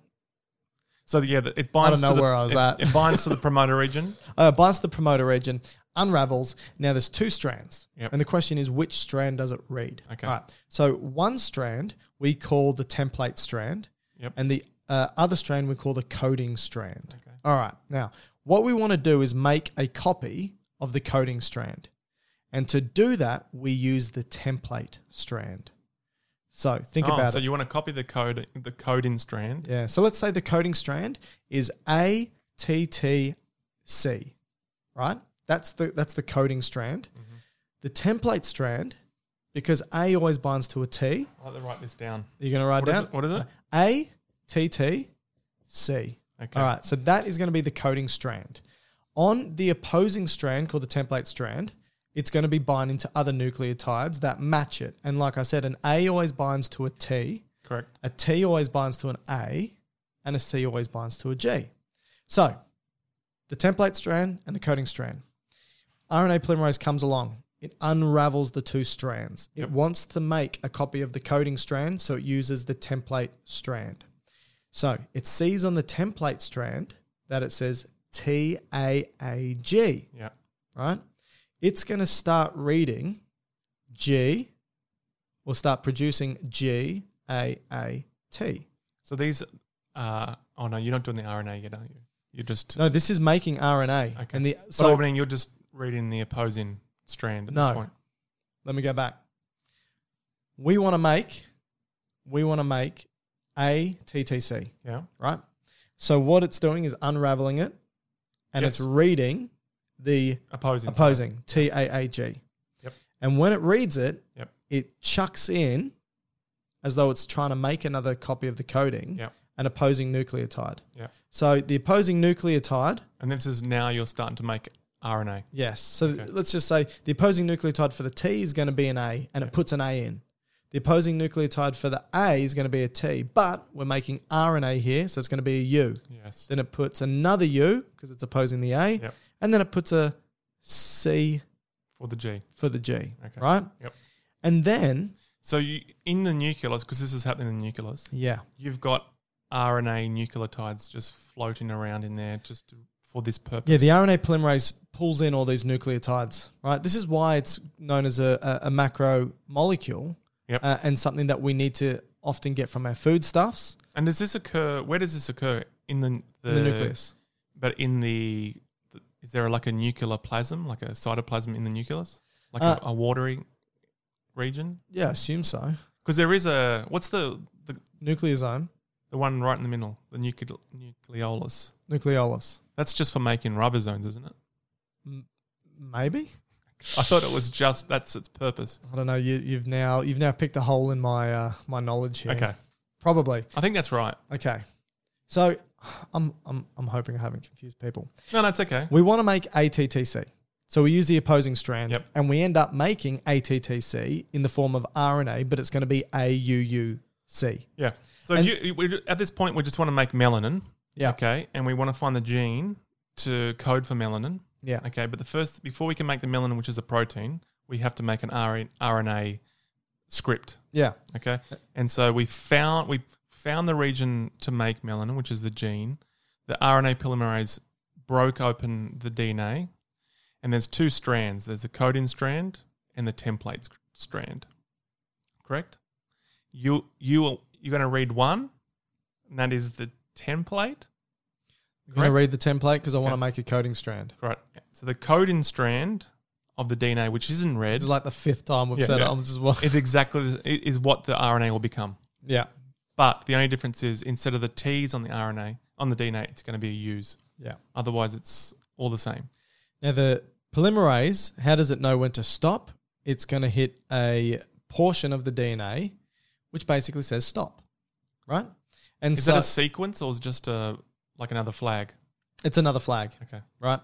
A: So yeah, the- it binds.
B: know
A: to the,
B: where I was
A: it-
B: at.
A: It binds to the promoter region.
B: uh, binds to the promoter region, unravels. Now there's two strands,
A: Yep.
B: and the question is which strand does it read?
A: Okay.
B: Right. So one strand we call the template strand,
A: Yep.
B: and the uh, other strand we call the coding strand.
A: Okay.
B: All right. Now what we want to do is make a copy of the coding strand, and to do that we use the template strand. So think
A: Oh,
B: about
A: so
B: it.
A: you want to copy the code, the code in strand.
B: yeah. So let's say the coding strand is A T T C, right? That's the that's the coding strand.
A: Mm-hmm.
B: The template strand, because A always binds to a T.
A: I'll have to Oh, write this down.
B: You're going to write
A: What is
B: down
A: it? What is it?
B: A T T C.
A: Okay.
B: All right. So that is going to be the coding strand. On the opposing strand called the template strand, it's going to be binding to other nucleotides that match it. And like I said, an A always binds to a T.
A: Correct.
B: A T always binds to an A, and a C always binds to a G. So, the template strand and the coding strand. RNA polymerase comes along. It unravels the two strands. It wants to make a copy of the coding strand, so it uses the template strand. So, it sees on the template strand that it says T A A G,
A: Yeah.
B: right? It's going to start reading G or start producing G A A T.
A: So these. Uh, oh no, you're not doing the RNA yet, are you? You're just.
B: No, this is making RNA.
A: okay.
B: And the
A: so
B: so
A: I mean, you're just reading the opposing strand at
B: No.
A: this point.
B: let me go back. We want to make we want to make a TTC,
A: Yeah.
B: right? So what it's doing is unraveling it and
A: Yes.
B: it's reading the
A: Opposing. side.
B: opposing T A A G.
A: Yep.
B: And when it reads it,
A: Yep.
B: it chucks in as though it's trying to make another copy of the coding
A: Yep.
B: an opposing nucleotide.
A: Yeah.
B: So the opposing nucleotide
A: And this is now you're starting to make RNA.
B: Yes. So th-
A: Okay.
B: let's just say the opposing nucleotide for the T is going to be an A, and it puts an A in. The opposing nucleotide for the A is going to be a T, but we're making RNA here, so it's going to be a U.
A: Yes.
B: Then it puts another U because it's opposing the A,
A: Yep.
B: and then it puts a C
A: For the G.
B: for the G,
A: Okay.
B: right?
A: Yep.
B: And then,
A: So you in the nucleus because this is happening in the nucleus.
B: yeah,
A: You've got RNA nucleotides just floating around in there just to, for this purpose.
B: yeah, the RNA polymerase pulls in all these nucleotides, right? This is why it's known as a, a, a macromolecule
A: Yep.
B: uh, and something that we need to often get from our foodstuffs,
A: and does this occur? Where does this occur in the the,
B: the nucleus.
A: But in the, the is there like a nuclear plasm, like a cytoplasm in the nucleus, like
B: Uh,
A: a, a watery region?
B: Yeah, I assume so.
A: Because there is a what's the, the
B: Nucleosome,
A: the one right in the middle, the nucle, nucleolus.
B: nucleolus.
A: That's just for making rubber zones, isn't it?
B: Maybe
A: I thought it was just that's its purpose.
B: I don't know. You, you've now you've now picked a hole in my uh, my knowledge here.
A: Okay,
B: probably.
A: I think that's right.
B: Okay, so I'm I'm I'm hoping I haven't confused people.
A: No, that's okay.
B: We want to make ATTC, so we use the opposing strand,
A: Yep.
B: and we end up making ATTC in the form of RNA, but it's going to be AUUC.
A: Yeah. So
B: And-
A: you, we, at this point, we just want to make melanin.
B: Yeah.
A: Okay. And we want to find the gene to code for melanin.
B: Yeah.
A: Okay, but the first before we can make the melanin, which is a protein, we have to make an RN RNA script.
B: Yeah.
A: Okay, and so we found we found the region to make melanin, which is the gene. The RNA polymerase broke open the DNA, and there's two strands. There's the coding strand and the template sc- strand. Correct. You you you're going to read one, and that is the template.
B: I'm going to
A: Correct.
B: read the template because I want to
A: Yeah.
B: make a coding strand.
A: Right. So the coding strand of the DNA, which is in red,
B: It's like the fifth time we've
A: Yeah.
B: said it.
A: Yeah.
B: I'm just wa-
A: is exactly is what the RNA will become.
B: yeah.
A: But the only difference is instead of the T's on the RNA on the DNA, it's going to be a U's.
B: Yeah.
A: Otherwise, it's all the same.
B: Now the polymerase, how does it know when to stop? It's going to hit a portion of the DNA, which basically says stop, right? And
A: Is
B: so
A: that a sequence or is it just a like another flag?
B: it's another flag,
A: Okay.
B: right?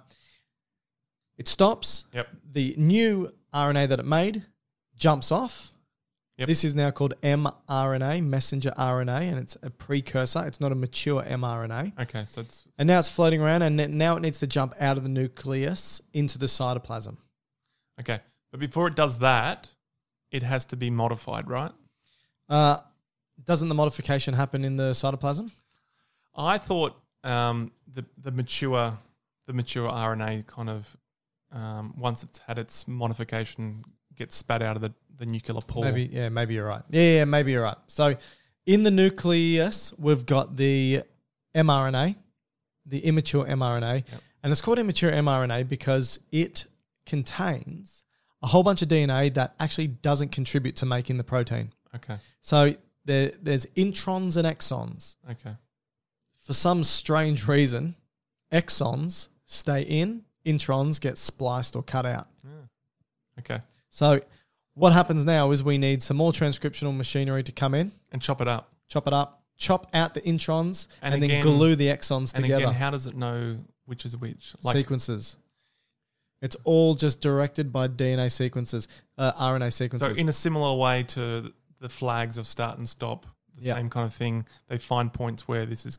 B: It stops.
A: Yep.
B: The new RNA that it made jumps off.
A: Yep.
B: This is now called mRNA, messenger RNA, and it's a precursor. It's not a mature mRNA.
A: Okay. So it's
B: And now it's floating around, and it- now it needs to jump out of the nucleus into the cytoplasm.
A: okay. But before it does that, it has to be modified, right?
B: Uh, doesn't the modification happen in the cytoplasm?
A: I thought um, the the mature the mature RNA kind of um, once it's had its modification gets spat out of the, the nuclear pore.
B: Maybe, yeah, maybe you're right. Yeah, yeah, maybe you're right. So, in the nucleus, we've got the mRNA, the immature mRNA, and it's called immature mRNA because it contains a whole bunch of DNA that actually doesn't contribute to making the protein.
A: Okay.
B: So there, there's introns and exons.
A: Okay.
B: for some strange reason, exons stay in, introns get spliced or cut out.
A: Okay.
B: So, what happens now is we need some more transcriptional machinery to come in,
A: And chop it up.
B: chop it up, chop out the introns, and,
A: And
B: then
A: again-
B: glue the exons
A: And
B: together.
A: again, how does it know which is which?
B: sequences. It's all just directed by DNA sequences, uh, RNA
A: so
B: sequences.
A: in a similar way to the flags of start and stop, the
B: Yeah.
A: same kind of thing. They find points where this is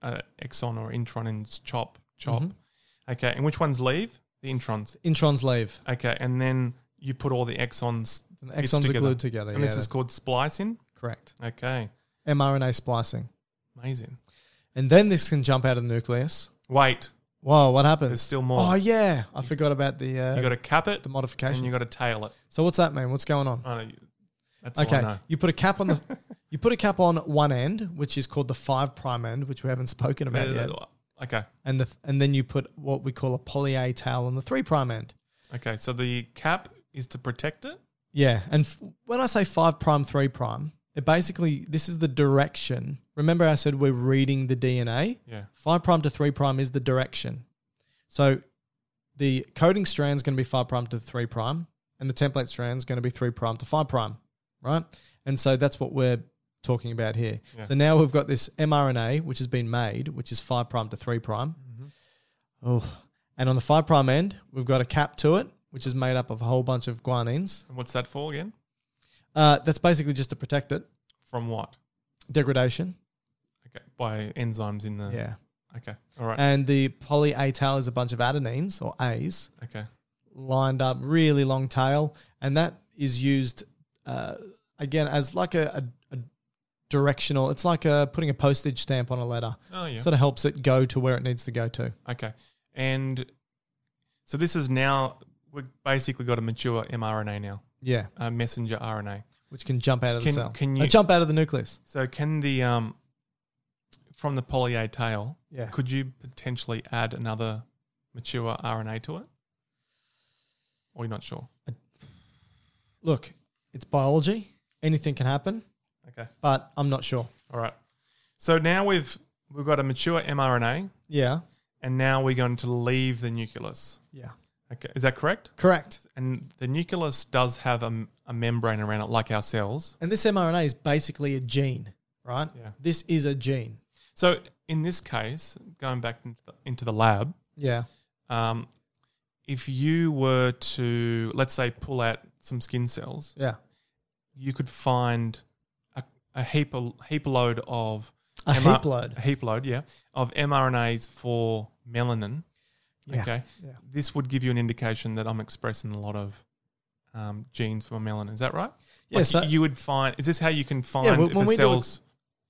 A: uh, exon or intron and it's chop chop.
B: Mm-hmm.
A: Okay. And which ones leave? The introns.
B: introns leave.
A: Okay, and then you put all the exons,
B: And the
A: bits
B: exons are glued together,
A: and
B: yeah,
A: this is
B: that's-
A: called splicing.
B: Correct.
A: Okay,
B: mRNA splicing.
A: amazing.
B: And then this can jump out of the nucleus.
A: Wait,
B: Whoa, what happens?
A: There's still more.
B: Oh, yeah. I forgot about the. Uh,
A: you got to cap it,
B: the modifications.
A: and you got to tail it.
B: So what's that mean? What's going on?
A: I know, that's all I
B: okay,
A: know.
B: you put a cap on the you put a cap on one end, which is called the five prime end, which we haven't spoken about yet,
A: Uh, Okay,
B: and the and then you put what we call a poly A tail on the three prime end.
A: okay. So the cap is to protect it.
B: Yeah, and f- when I say five prime, three prime, it basically this is the direction. Remember, I said we're reading the DNA.
A: Yeah.
B: Five prime to three prime is the direction. So the coding strand is going to be five prime to three prime, and the template strand is going to be three prime to five prime, right? And so that's what we're talking about here. So now we've got this mRNA which has been made, which is five prime to three prime. Oh, and on the five prime end, we've got a cap to it, which is made up of a whole bunch of guanines.
A: And what's that for again?
B: Uh, that's basically just to protect it.
A: From what?
B: Degradation.
A: Okay, by enzymes in the.
B: Yeah.
A: Okay. All Uh, right.
B: And the poly A tail is a bunch of adenines or A's
A: okay.
B: lined up, really long tail. And that is used, uh, again, as like a, a, a directional, it's like uh putting a postage stamp on a letter.
A: Oh yeah.
B: Sort of helps it go to where it needs to go to.
A: Okay. And so this is now we've basically got a mature mRNA now,
B: Yeah.
A: a messenger RNA.
B: Which can jump out of
A: Can-
B: the cell.
A: can
B: Uh,
A: you-
B: jump out of the nucleus?
A: So can the um from the poly A tail,
B: Yeah.
A: could you potentially add another mature RNA to it? Or you're not sure?
B: Look, it's biology. Anything can happen,
A: Okay.
B: but I'm not sure.
A: All right. So now we've we've got a mature mRNA
B: Yeah.
A: and now we're going to leave the nucleus.
B: Yeah.
A: Okay. Is that correct?
B: Correct.
A: And the nucleus does have a, a membrane around it like our cells.
B: And this mRNA is basically a gene, right?
A: Yeah.
B: This is a gene.
A: So in this case, going back into the, into the lab,
B: Yeah.
A: um, if you were to let's say pull out some skin cells,
B: Yeah.
A: you could find a, a heap a heap load of
B: A
A: MR
B: heap load.
A: a heap load, yeah, of mRNAs for melanin,
B: Yeah.
A: Okay.
B: Yeah.
A: This would give you an indication that I'm expressing a lot of um, genes for melanin. Is that right?
B: Yeah,
A: Like,
B: so-
A: you would find. Is this how you can find
B: well,
A: if
B: when
A: the
B: we do a-
A: cells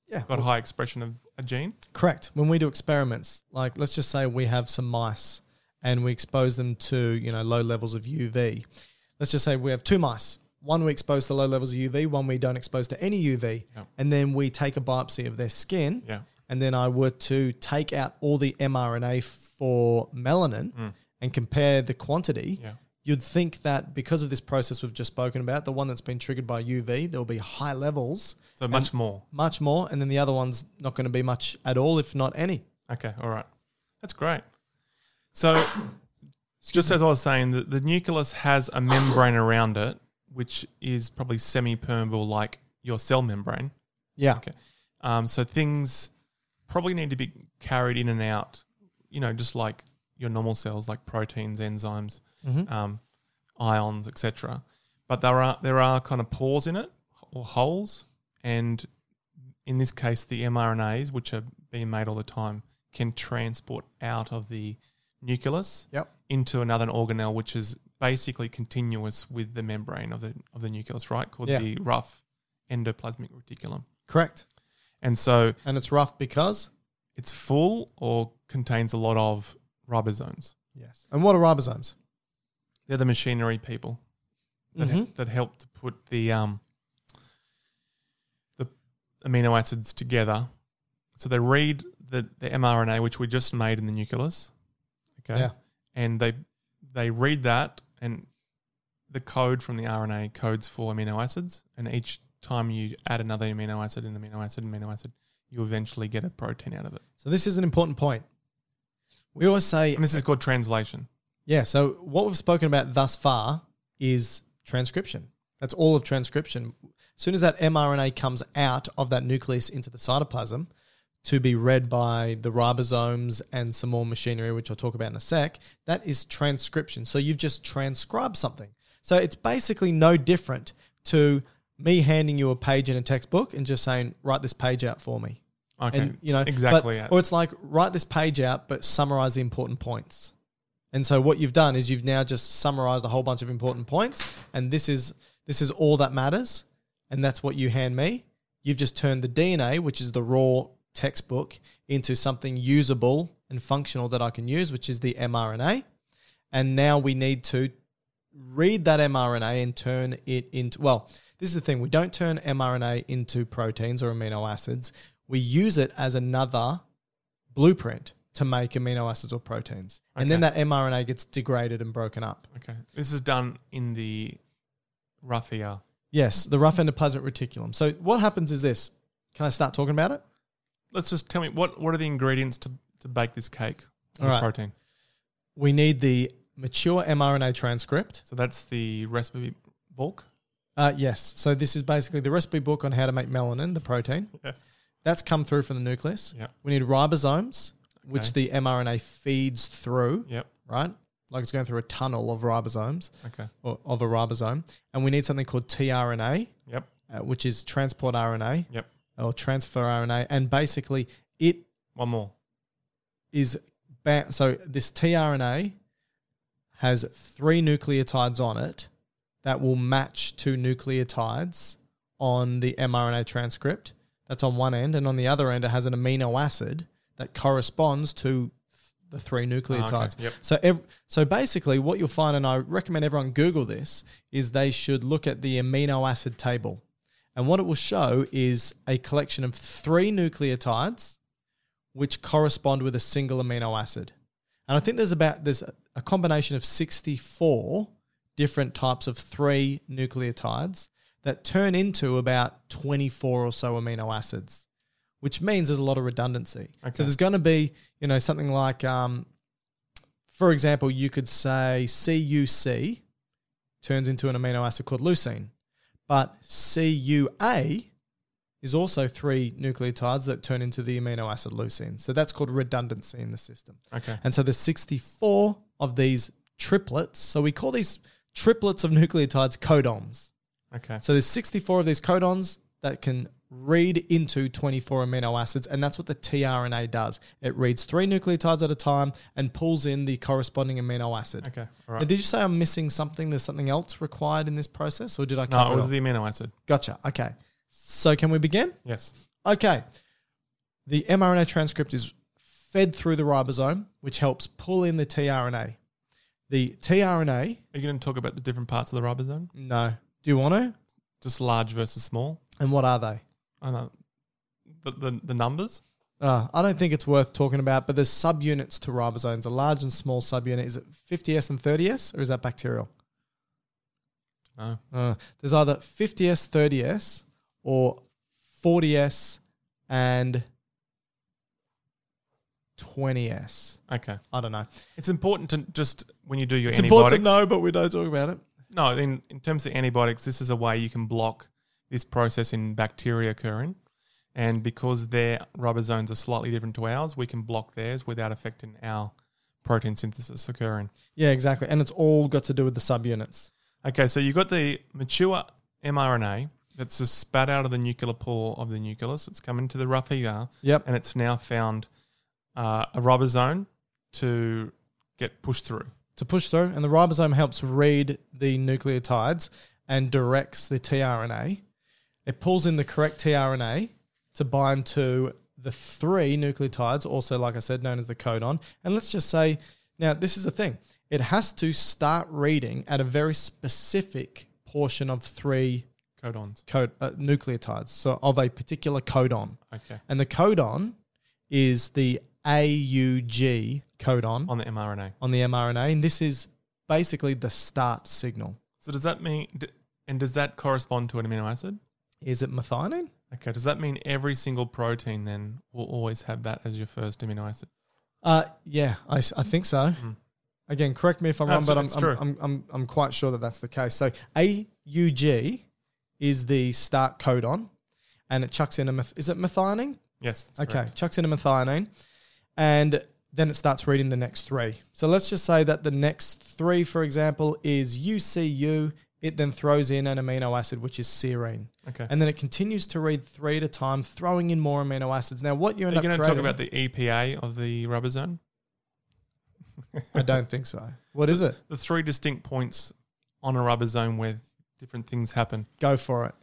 B: Yeah.
A: got high expression of a gene?
B: Correct. When we do experiments, like let's just say we have some mice and we expose them to, you know, low levels of UV. Let's just say we have two mice. One we expose to low levels of UV, one we don't expose to any UV.
A: Yeah.
B: And then we take a biopsy of their skin.
A: Yeah.
B: And then I were to take out all the mRNA for melanin and compare the quantity.
A: Mm. Yeah.
B: You'd think that because of this process we've just spoken about, the one that's been triggered by UV, there will be high levels
A: So much more.
B: much more, and then the other one's not going to be much at all, if not any.
A: Okay, all right. That's great. So, just as I was saying, the, the nucleus has a membrane around it, which is probably semi permeable like your cell membrane.
B: Yeah.
A: Okay. Um, so, things probably need to be carried in and out, you know, just like your normal cells, like proteins, enzymes,
B: Mm-hmm.
A: um, ions, etc. But there are, there are kind of pores in it or holes, and in this case, the mRNAs, which are being made all the time, can transport out of the nucleus
B: Yep.
A: into another organelle, which is basically continuous with the membrane of the of the nucleus, right? Called
B: Yeah.
A: the rough endoplasmic reticulum.
B: Correct.
A: And so
B: And it's rough because?
A: it's full or contains a lot of ribosomes.
B: Yes. And what are ribosomes?
A: They're the machinery people that,
B: Mm-hmm.
A: that help to put the um, the amino acids together. So they read the, the mRNA which we just made in the nucleus, okay,
B: Yeah.
A: and they they read that and the code from the RNA codes for amino acids, and each time you add another amino acid, and amino acid, amino acid, you eventually get a protein out of it.
B: So this is an important point. We always say,
A: And this is called translation.
B: yeah, so what we've spoken about thus far is transcription. That's all of transcription. As soon as that mRNA comes out of that nucleus into the cytoplasm to be read by the ribosomes and some more machinery, which I'll talk about in a sec, that is transcription. So you've just transcribed something. So it's basically no different to me handing you a page in a textbook and just saying, write this page out for me.
A: Okay,
B: and you know but-
A: exactly. it.
B: or it's like write this page out but summarize the important points and so what you've done is you've now just summarized a whole bunch of important points and this is this is all that matters and that's what you hand me you've just turned the dna which is the raw textbook into something usable and functional that i can use which is the mrna and now we need to read that mRNA and turn it into well this is the thing we don't turn mRNA into proteins or amino acids we use it as another blueprint to make amino acids or proteins and then that mRNA gets degraded and broken up
A: Okay. This is done in the raffia.
B: yes the rough endoplasmic reticulum so what happens is this can I start talking about it
A: Let's just tell me what, what are the ingredients to, to bake this cake?
B: All
A: The
B: right.
A: protein.
B: we need the mature mRNA transcript
A: So that's the recipe bulk.
B: Uh, yes. So this is basically the recipe book on how to make melanin, the protein.
A: Yeah.
B: That's come through from the nucleus.
A: Yeah.
B: We need ribosomes, which
A: Okay.
B: the mRNA feeds through,
A: Yep.
B: right? Like it's going through a tunnel of ribosomes
A: Okay.
B: or of a ribosome. And we need something called tRNA,
A: Yep.
B: uh, which is transport RNA
A: Yep.
B: or transfer RNA. And basically, it
A: One more.
B: is ba- so this tRNA has three nucleotides on it that will match two nucleotides on the mRNA transcript. That's on one end, and on the other end, it has an amino acid that corresponds to the three nucleotides.
A: Yep.
B: So, ev- so basically, what you'll find, and I recommend everyone Google this, is they should look at the amino acid table, and what it will show is a collection of three nucleotides which correspond with a single amino acid. And I think there's about there's a combination of 64 different types of three nucleotides that turn into about 24 or so amino acids, which means there's a lot of redundancy. So
A: Okay.
B: there's going to be, you know, something like um, for example, you could say CUC turns into an amino acid called leucine, but CUA is also three nucleotides that turn into the amino acid leucine. So that's called redundancy in the system.
A: Okay.
B: And so there's 64 of these triplets. So we call these triplets of nucleotides codons.
A: Okay.
B: So there's 64 of these codons that can read into 24 amino acids, and that's what the tRNA does. It reads three nucleotides at a time and pulls in the corresponding amino acid.
A: Okay, all
B: Now,
A: right.
B: did you say I'm missing something? There's something else required in this process, or did I?
A: No,
B: cover
A: it was
B: all?
A: the amino acid.
B: Gotcha. Okay. So can we begin?
A: Yes.
B: Okay. The mRNA transcript is fed through the ribosome, which helps pull in the tRNA. The tRNA,
A: Are you going to talk about the different parts of the ribosome?
B: no. Do you want to?
A: Just large versus small?
B: And what are they?
A: I know. The, the, the numbers?
B: Uh, I don't think it's worth talking about, but there's subunits to ribosomes. A large and small subunit. Is it 50S and 30S, or is that bacterial?
A: No.
B: Uh, there's either 50S, 30S, or 40S and 20S.
A: Okay.
B: I don't know.
A: It's important to just when you do your
B: It's
A: antibiotics.
B: important to know, but we don't talk about it.
A: No, in, in terms of antibiotics, this is a way you can block this process in bacteria occurring. And because their ribosomes are slightly different to ours, we can block theirs without affecting our protein synthesis occurring.
B: Yeah, exactly. And it's all got to do with the subunits.
A: Okay, so you've got the mature mRNA that's just spat out of the nuclear pore of the nucleus. It's come into the rough ER.
B: Yep.
A: And it's now found uh, a ribosome to get pushed through.
B: To push through, and the ribosome helps read the nucleotides and directs the tRNA. It pulls in the correct tRNA to bind to the three nucleotides, also, like I said, known as the codon. And let's just say now, this is the thing it has to start reading at a very specific portion of three
A: Codons.
B: code, uh, nucleotides, so of a particular codon.
A: Okay.
B: And the codon is the AUG codon
A: On the mRNA.
B: on the mRNA. And this is basically the start signal.
A: So does that mean, d- and does that correspond to an amino acid?
B: Is it methionine?
A: Okay, does that mean every single protein then will always have that as your first amino acid?
B: Uh, yeah, I, s- I think so. Again, correct me if I'm
A: Hmm. That's-
B: wrong, but I'm,
A: it's
B: I'm,
A: true.
B: I'm, I'm, I'm quite sure that that's the case. So AUG is the start codon and it chucks in a, meth- is it methionine?
A: Yes. that's
B: Okay,
A: correct.
B: chucks in a methionine, and then it starts reading the next three. So let's just say that the next three, for example, is UCU. It then throws in an amino acid, which is serine.
A: Okay.
B: And then it continues to read three at a time, throwing in more amino acids. Now, what you
A: Are
B: end
A: you
B: up
A: going to talk
B: creating-
A: about the EPA of the ribosome?
B: I don't think so. What is it?
A: The three distinct points on a ribosome where different things happen.
B: Go for it.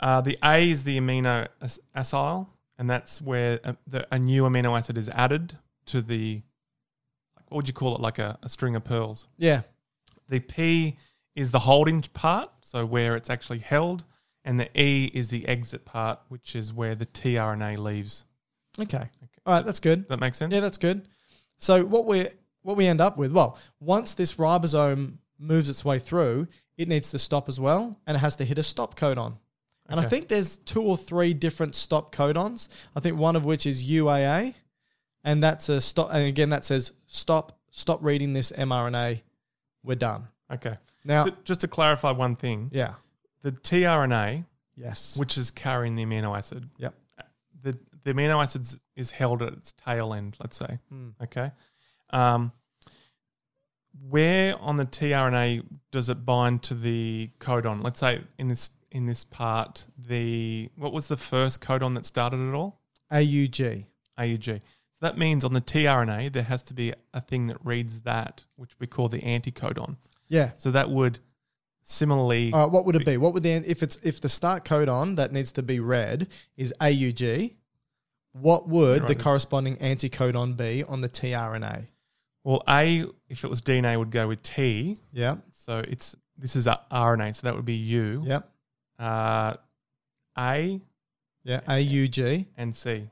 A: Uh, the A is the amino ac- acyl, and that's where a, the, a new amino acid is added to the, what would you call it, like a, a string of pearls.
B: Yeah.
A: The P is the holding part, so where it's actually held, and the E is the exit part, which is where the tRNA leaves.
B: Okay. All right. That's good.
A: Does that make sense?
B: Yeah, that's good. So what we what we end up with, well, once this ribosome moves its way through, it needs to stop as well, and it has to hit a stop codon. And I
A: Okay.
B: think there's two or three different stop codons. I think one of which is UAA, and that's a stop. And again, that says stop, stop reading this mRNA. We're done
A: Okay.
B: now.
A: So just to clarify one thing,
B: yeah.
A: the tRNA,
B: Yes.
A: which is carrying the amino acid,
B: yep.
A: the, the amino acids is held at its tail end, let's say. Okay. Um, where on the tRNA does it bind to the codon? Let's say in this in this part, the what was the first codon that started it all?
B: AUG.
A: AUG. So that means on the tRNA there has to be a thing that reads that, which we call the anticodon.
B: Yeah.
A: So that would similarly
B: All right, Uh, what would it be? What would the if it's if the start codon that needs to be read is AUG, what would the
A: Right.
B: corresponding anticodon be on the tRNA?
A: Well, A, if it was DNA, would go with T.
B: Yeah.
A: So it's this is a RNA, so that would be U.
B: Yeah.
A: Uh, A
B: Yeah. AUG.
A: and C.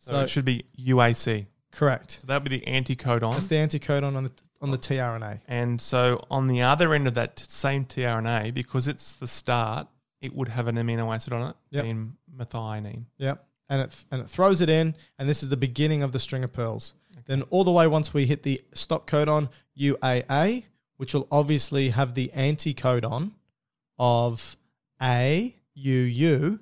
A: So,
B: So-
A: it should be UAC.
B: Correct.
A: So that would be the anticodon.
B: That's the anticodon on the on the tRNA.
A: and so on the other end of that t- same tRNA, because it's the start, it would have an amino acid on it,
B: Yep.
A: being methionine.
B: Yep. And it and it throws it in, and this is the beginning of the string of pearls. Then all the way once we hit the stop codon UAA, which will obviously have the anticodon of AUU,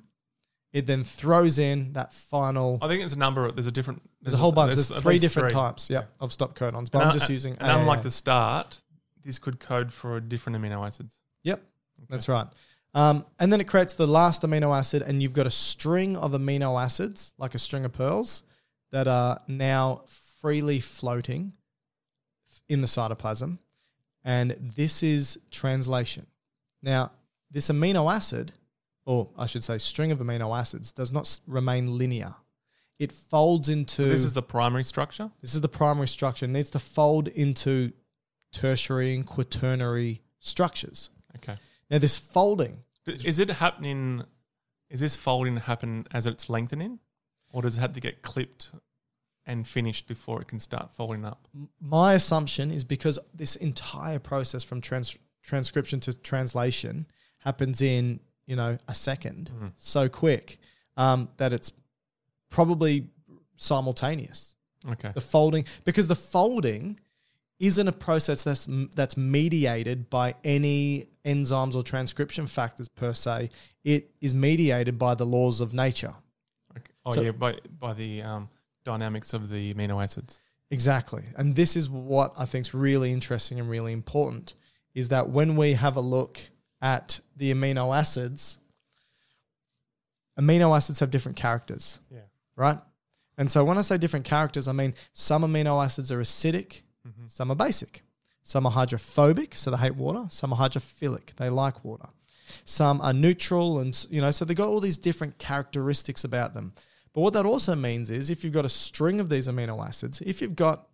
B: it then throws in that final.
A: I think there's a number. There's a different.
B: Oh, there's a whole bunch. There's,
A: at
B: three
A: least
B: different
A: three.
B: types. Yeah, of stop codons, but I'm
A: And
B: just
A: un-
B: using.
A: And unlike
B: AAA.
A: the start, this could code for different amino acids.
B: Yep, that's right. Um, and then it creates the last amino acid, and you've got a string of amino acids, like a string of pearls, that are now freely floating in the cytoplasm. And this is translation. Now, this amino acid, or I should say, string of amino acids, does not s- remain linear. It folds into
A: This is the primary structure.
B: this is the primary structure. It needs to fold into tertiary and quaternary structures.
A: Okay.
B: Now, this folding
A: But Is it happening? Is this folding happen as it's lengthening, or does it have to get clipped and finished before it can start folding up?
B: my assumption is because this entire process from trans- transcription to translation happens in you know a second so quick um, that it's probably simultaneous
A: Okay.
B: the folding because the folding isn't a process that's that's mediated by any enzymes or transcription factors per se it is mediated by the laws of nature
A: okay. Oh
B: so-
A: yeah, by by the um, dynamics of the amino acids.
B: Exactly. And this is what I think is really interesting and really important is that when we have a look at the amino acids, amino acids have different characters.
A: Yeah.
B: Right? And so when I say different characters, I mean some amino acids are acidic, some are basic. Some are hydrophobic, so they hate water. Some are hydrophilic, they like water. Some are neutral, and s- you know, so they've got all these different characteristics about them. But what that also means is if you've got a string of these amino acids, if you've got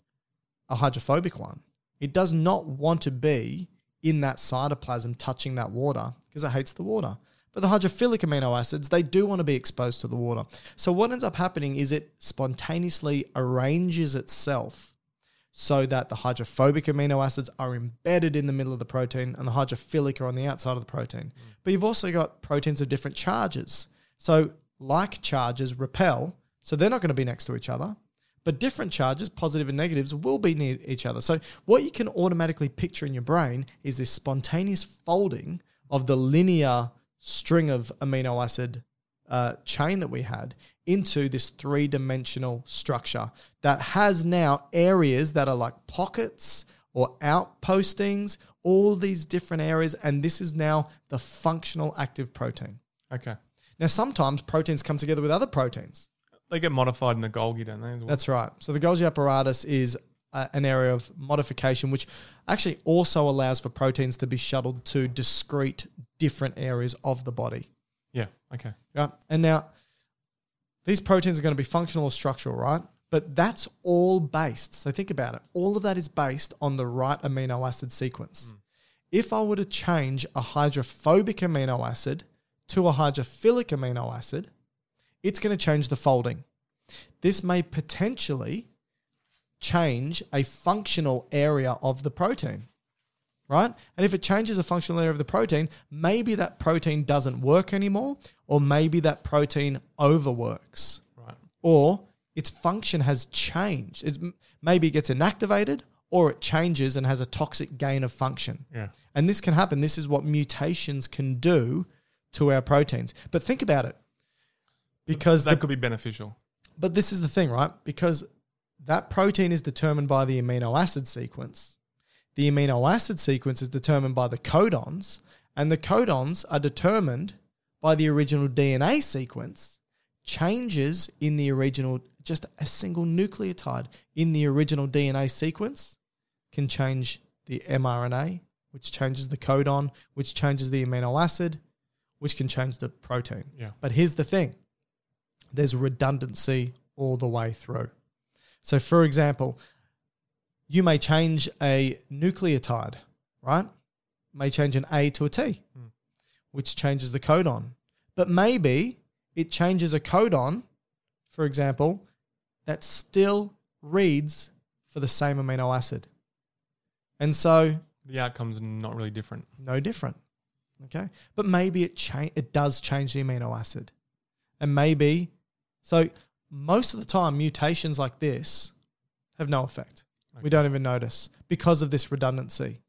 B: a hydrophobic one, it does not want to be in that cytoplasm touching that water because it hates the water. But the hydrophilic amino acids, they do want to be exposed to the water. So what ends up happening is it spontaneously arranges itself so that the hydrophobic amino acids are embedded in the middle of the protein and the hydrophilic are on the outside of the protein. But you've also got proteins of different charges. So, like charges repel, so they're not going to be next to each other. But different charges, positive and negatives, will be near each other. So, what you can automatically picture in your brain is this spontaneous folding of the linear string of amino acid uh, chain that we had into this three dimensional structure that has now areas that are like pockets or outpostings, all these different areas. And this is now the functional active protein.
A: Okay.
B: Now, sometimes proteins come together with other proteins.
A: They get modified in the Golgi, don't they? as well?
B: That's right. So the Golgi apparatus is uh, an area of modification, which actually also allows for proteins to be shuttled to discrete different areas of the body.
A: yeah. Okay.
B: Right. And now these proteins are going to be functional or structural, right? But that's all based. So think about it. All of that is based on the right amino acid sequence. If I were to change a hydrophobic amino acid to a hydrophilic amino acid, it's going to change the folding. This may potentially change a functional area of the protein right? And if it changes a functional area of the protein, maybe that protein doesn't work anymore, or maybe that protein overworks,
A: Right.
B: or its function has changed. It's, maybe it gets inactivated, or it changes and has a toxic gain of function.
A: Yeah.
B: And this can happen. This is what mutations can do to our proteins. But think about it. Because
A: That
B: the
A: could be beneficial.
B: but this is the thing, right? Because that protein is determined by the amino acid sequence. The amino acid sequence is determined by the codons, and the codons are determined by the original DNA sequence. Changes in the original, just a single nucleotide in the original DNA sequence can change the mRNA, which changes the codon, which changes the amino acid, which can change the protein.
A: Yeah.
B: But here's the thing there's redundancy all the way through. So, for example, you may change a nucleotide, right? May change an A to a T, which changes the codon. But maybe it changes a codon, for example, that still reads for the same amino acid. And so
A: The outcome's not really different.
B: no different. Okay, but maybe it cha- it does change the amino acid, and maybe so most of the time mutations like this have no effect. We don't even notice because of this redundancy.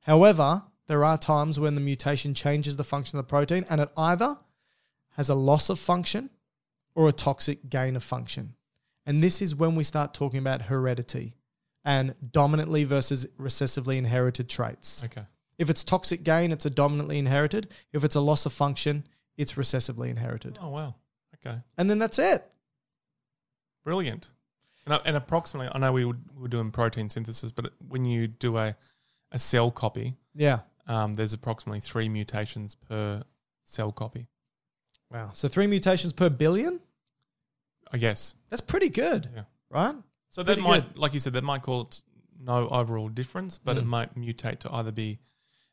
B: However, there are times when the mutation changes the function of the protein, and it either has a loss of function or a toxic gain of function. And this is when we start talking about heredity and dominantly versus recessively inherited traits.
A: Okay.
B: If it's toxic gain, it's a dominantly inherited. If it's a loss of function, it's recessively inherited.
A: Oh, wow. Okay.
B: And then that's it.
A: Brilliant. And, uh, and approximately, I know we, would, we were doing protein synthesis, but when you do a, a cell copy,
B: Yeah.
A: um, there's approximately three mutations per cell copy.
B: Wow. So three mutations per billion?
A: I guess.
B: That's pretty good,
A: Yeah.
B: right?
A: So that
B: Pretty
A: might, like you said, that might cause no overall difference, but it might mutate to either be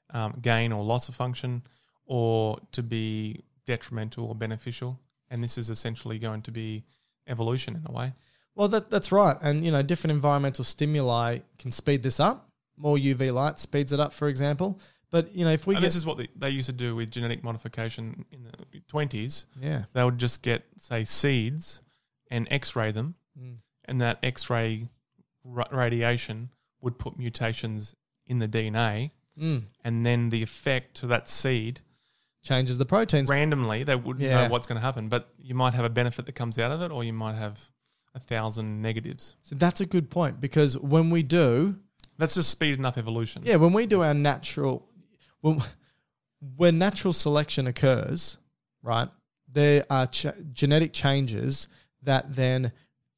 A: um, gain or loss of function, or to be detrimental or beneficial. And this is essentially going to be evolution in a way.
B: Well, that, that's right. And, you know, different environmental stimuli can speed this up. More UV light speeds it up, for example. But, you know, if we
A: and
B: get.
A: this is what they, they used to do with genetic modification in the twenties.
B: yeah.
A: They would just get say seeds and X-ray them,
B: Mm.
A: and that X-ray ra- radiation would put mutations in the DNA,
B: Mm.
A: and then the effect to that seed
B: Changes the proteins.
A: randomly they wouldn't
B: Yeah.
A: know what's going to happen, but you might have a benefit that comes out of it, or you might have a thousand negatives.
B: So that's a good point because when we do,
A: That's just speeding up evolution.
B: Yeah, when we do our natural, when, when natural selection occurs, right, there are ch- genetic changes that then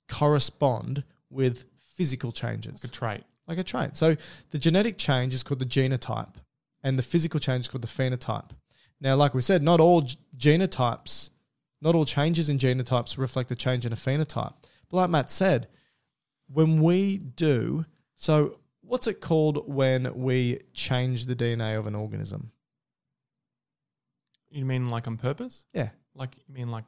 B: correspond with physical changes,
A: a trait.
B: like a trait. So the genetic change is called the genotype, and the physical change is called the phenotype. Now, like we said, not all g- genotypes, not all changes in genotypes reflect a change in a phenotype. But like Matt said, when we do so what's it called when we change the dna of an organism
A: You mean like on purpose?
B: yeah
A: Like you mean like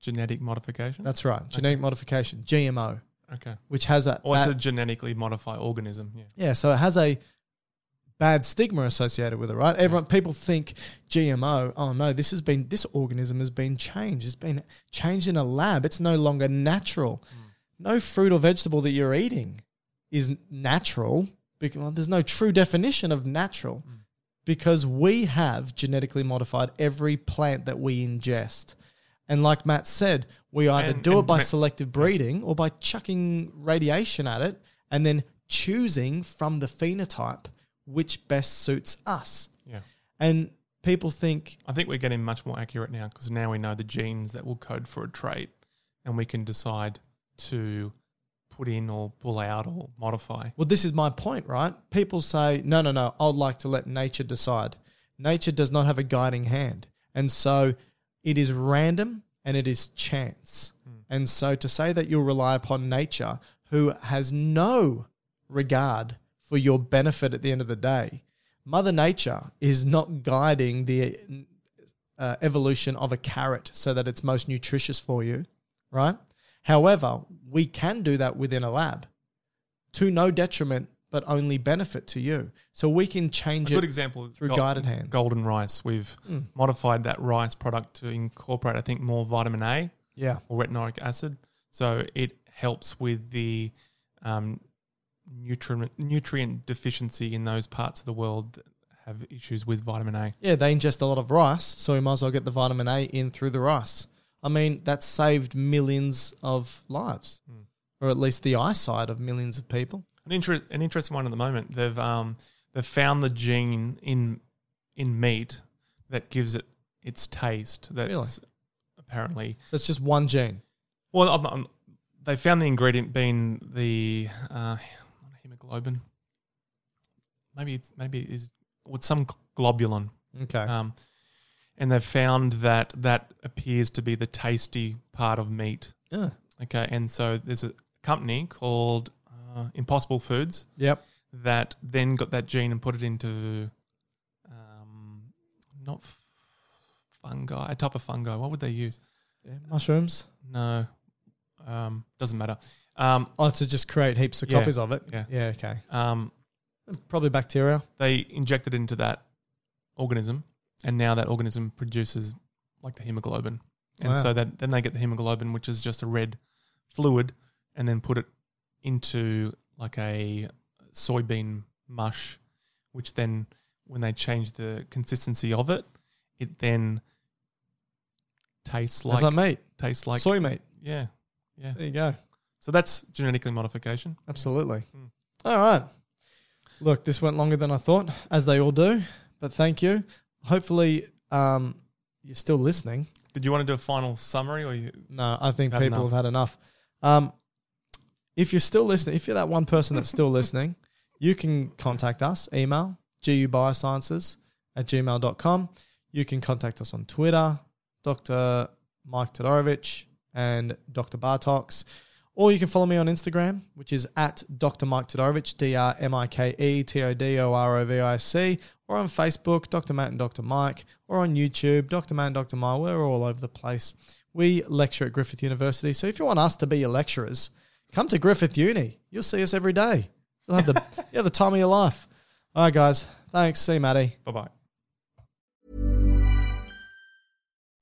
A: genetic modification?
B: that's right genetic modification gmo
A: okay.
B: which has a,
A: Or Oh, it's
B: that-
A: a genetically modified organism. Yeah.
B: yeah so it has a bad stigma associated with it right everyone people think gmo oh no this has been this organism has been changed it's been changed in a lab it's no longer natural no fruit or vegetable that you're eating is natural because well, there's no true definition of natural
A: Mm.
B: because we have genetically modified every plant that we ingest. And like Matt said, we either
A: And-
B: do it
A: and
B: by
A: ma-
B: selective breeding or by chucking radiation at it and then choosing from the phenotype which best suits us.
A: Yeah.
B: And people think,
A: I think we're getting much more accurate now because now we know the genes that will code for a trait and we can decide to put in or pull out or modify.
B: well, this is my point, right? People say, no, no, no, I'd like to let nature decide. Nature does not have a guiding hand. And so it is random and it is chance. And so to say that you'll rely upon nature, who has no regard for your benefit at the end of the day, Mother Nature is not guiding the uh, evolution of a carrot so that it's most nutritious for you, right? However, we can do that within a lab to no detriment, but only benefit to you. So we can
A: A
B: change
A: good
B: it
A: example of
B: through
A: gol-
B: guided hands. Hmm.
A: Golden rice. We've modified that rice product to incorporate, I think, more vitamin A
B: Yeah.
A: or retinoic acid. So it helps with the um, nutrient nutrient deficiency in those parts of the world that have issues with vitamin A.
B: Yeah, they ingest a lot of rice, so we might as well get the vitamin A in through the rice. I mean, that saved millions of lives,
A: Hmm.
B: or at least the eyesight of millions of people.
A: An interest, an interesting one at the moment. They've um, they've found the gene in in meat that gives it its taste. That's
B: Really?
A: apparently
B: So it's just one gene.
A: well. I'm, I'm, they found the ingredient being the uh, hemoglobin. Maybe it's, maybe it is with some globulin.
B: Okay.
A: Um, and they've found that that appears to be the tasty part of meat.
B: yeah.
A: Okay, and so there's a company called uh, Impossible Foods
B: Yep.
A: that then got that gene and put it into um, not f- fungi, a type of fungi. What would they use?
B: Yeah, mushrooms.
A: No, um, doesn't matter. Um,
B: Oh, to just create heaps of
A: Yeah.
B: copies of it.
A: Yeah.
B: Yeah. Okay.
A: um,
B: Probably bacteria.
A: they injected into that organism, and now that organism produces like the hemoglobin, and
B: Wow.
A: so that then they get the hemoglobin, which is just a red fluid, and then put it into like a soybean mush, which then when they change the consistency of it, it then tastes
B: Like,
A: like,
B: like meat.
A: tastes like
B: Soy meat.
A: yeah, yeah.
B: There you go.
A: So that's genetically modification. Hmm.
B: Absolutely. All right. Look, this went longer than I thought, as they all do. But thank you. Hopefully, um, you're still listening.
A: Did you want to do a final summary or you,
B: No, I think
A: Had
B: people
A: enough.
B: have had enough. Um, if you're still listening, if you're that one person that's still listening, you can contact us, email gubiosciences at gmail.com. You can contact us on Twitter, Dr. Mike Todorovich and Dr. Bartox. Or you can follow me on Instagram, which is at Dr. Mike Todorovich, D R M I K E T O D O R O V I C, or on Facebook, Dr. Matt and Dr. Mike, or on YouTube, Dr. Matt and Dr. Mike. We're all over the place. We lecture at Griffith University. So if you want us to be your lecturers, come to Griffith Uni. You'll see us every day. You'll have the, you have the time of your life. All right, guys. Thanks. See you, Maddie.
A: bye bye?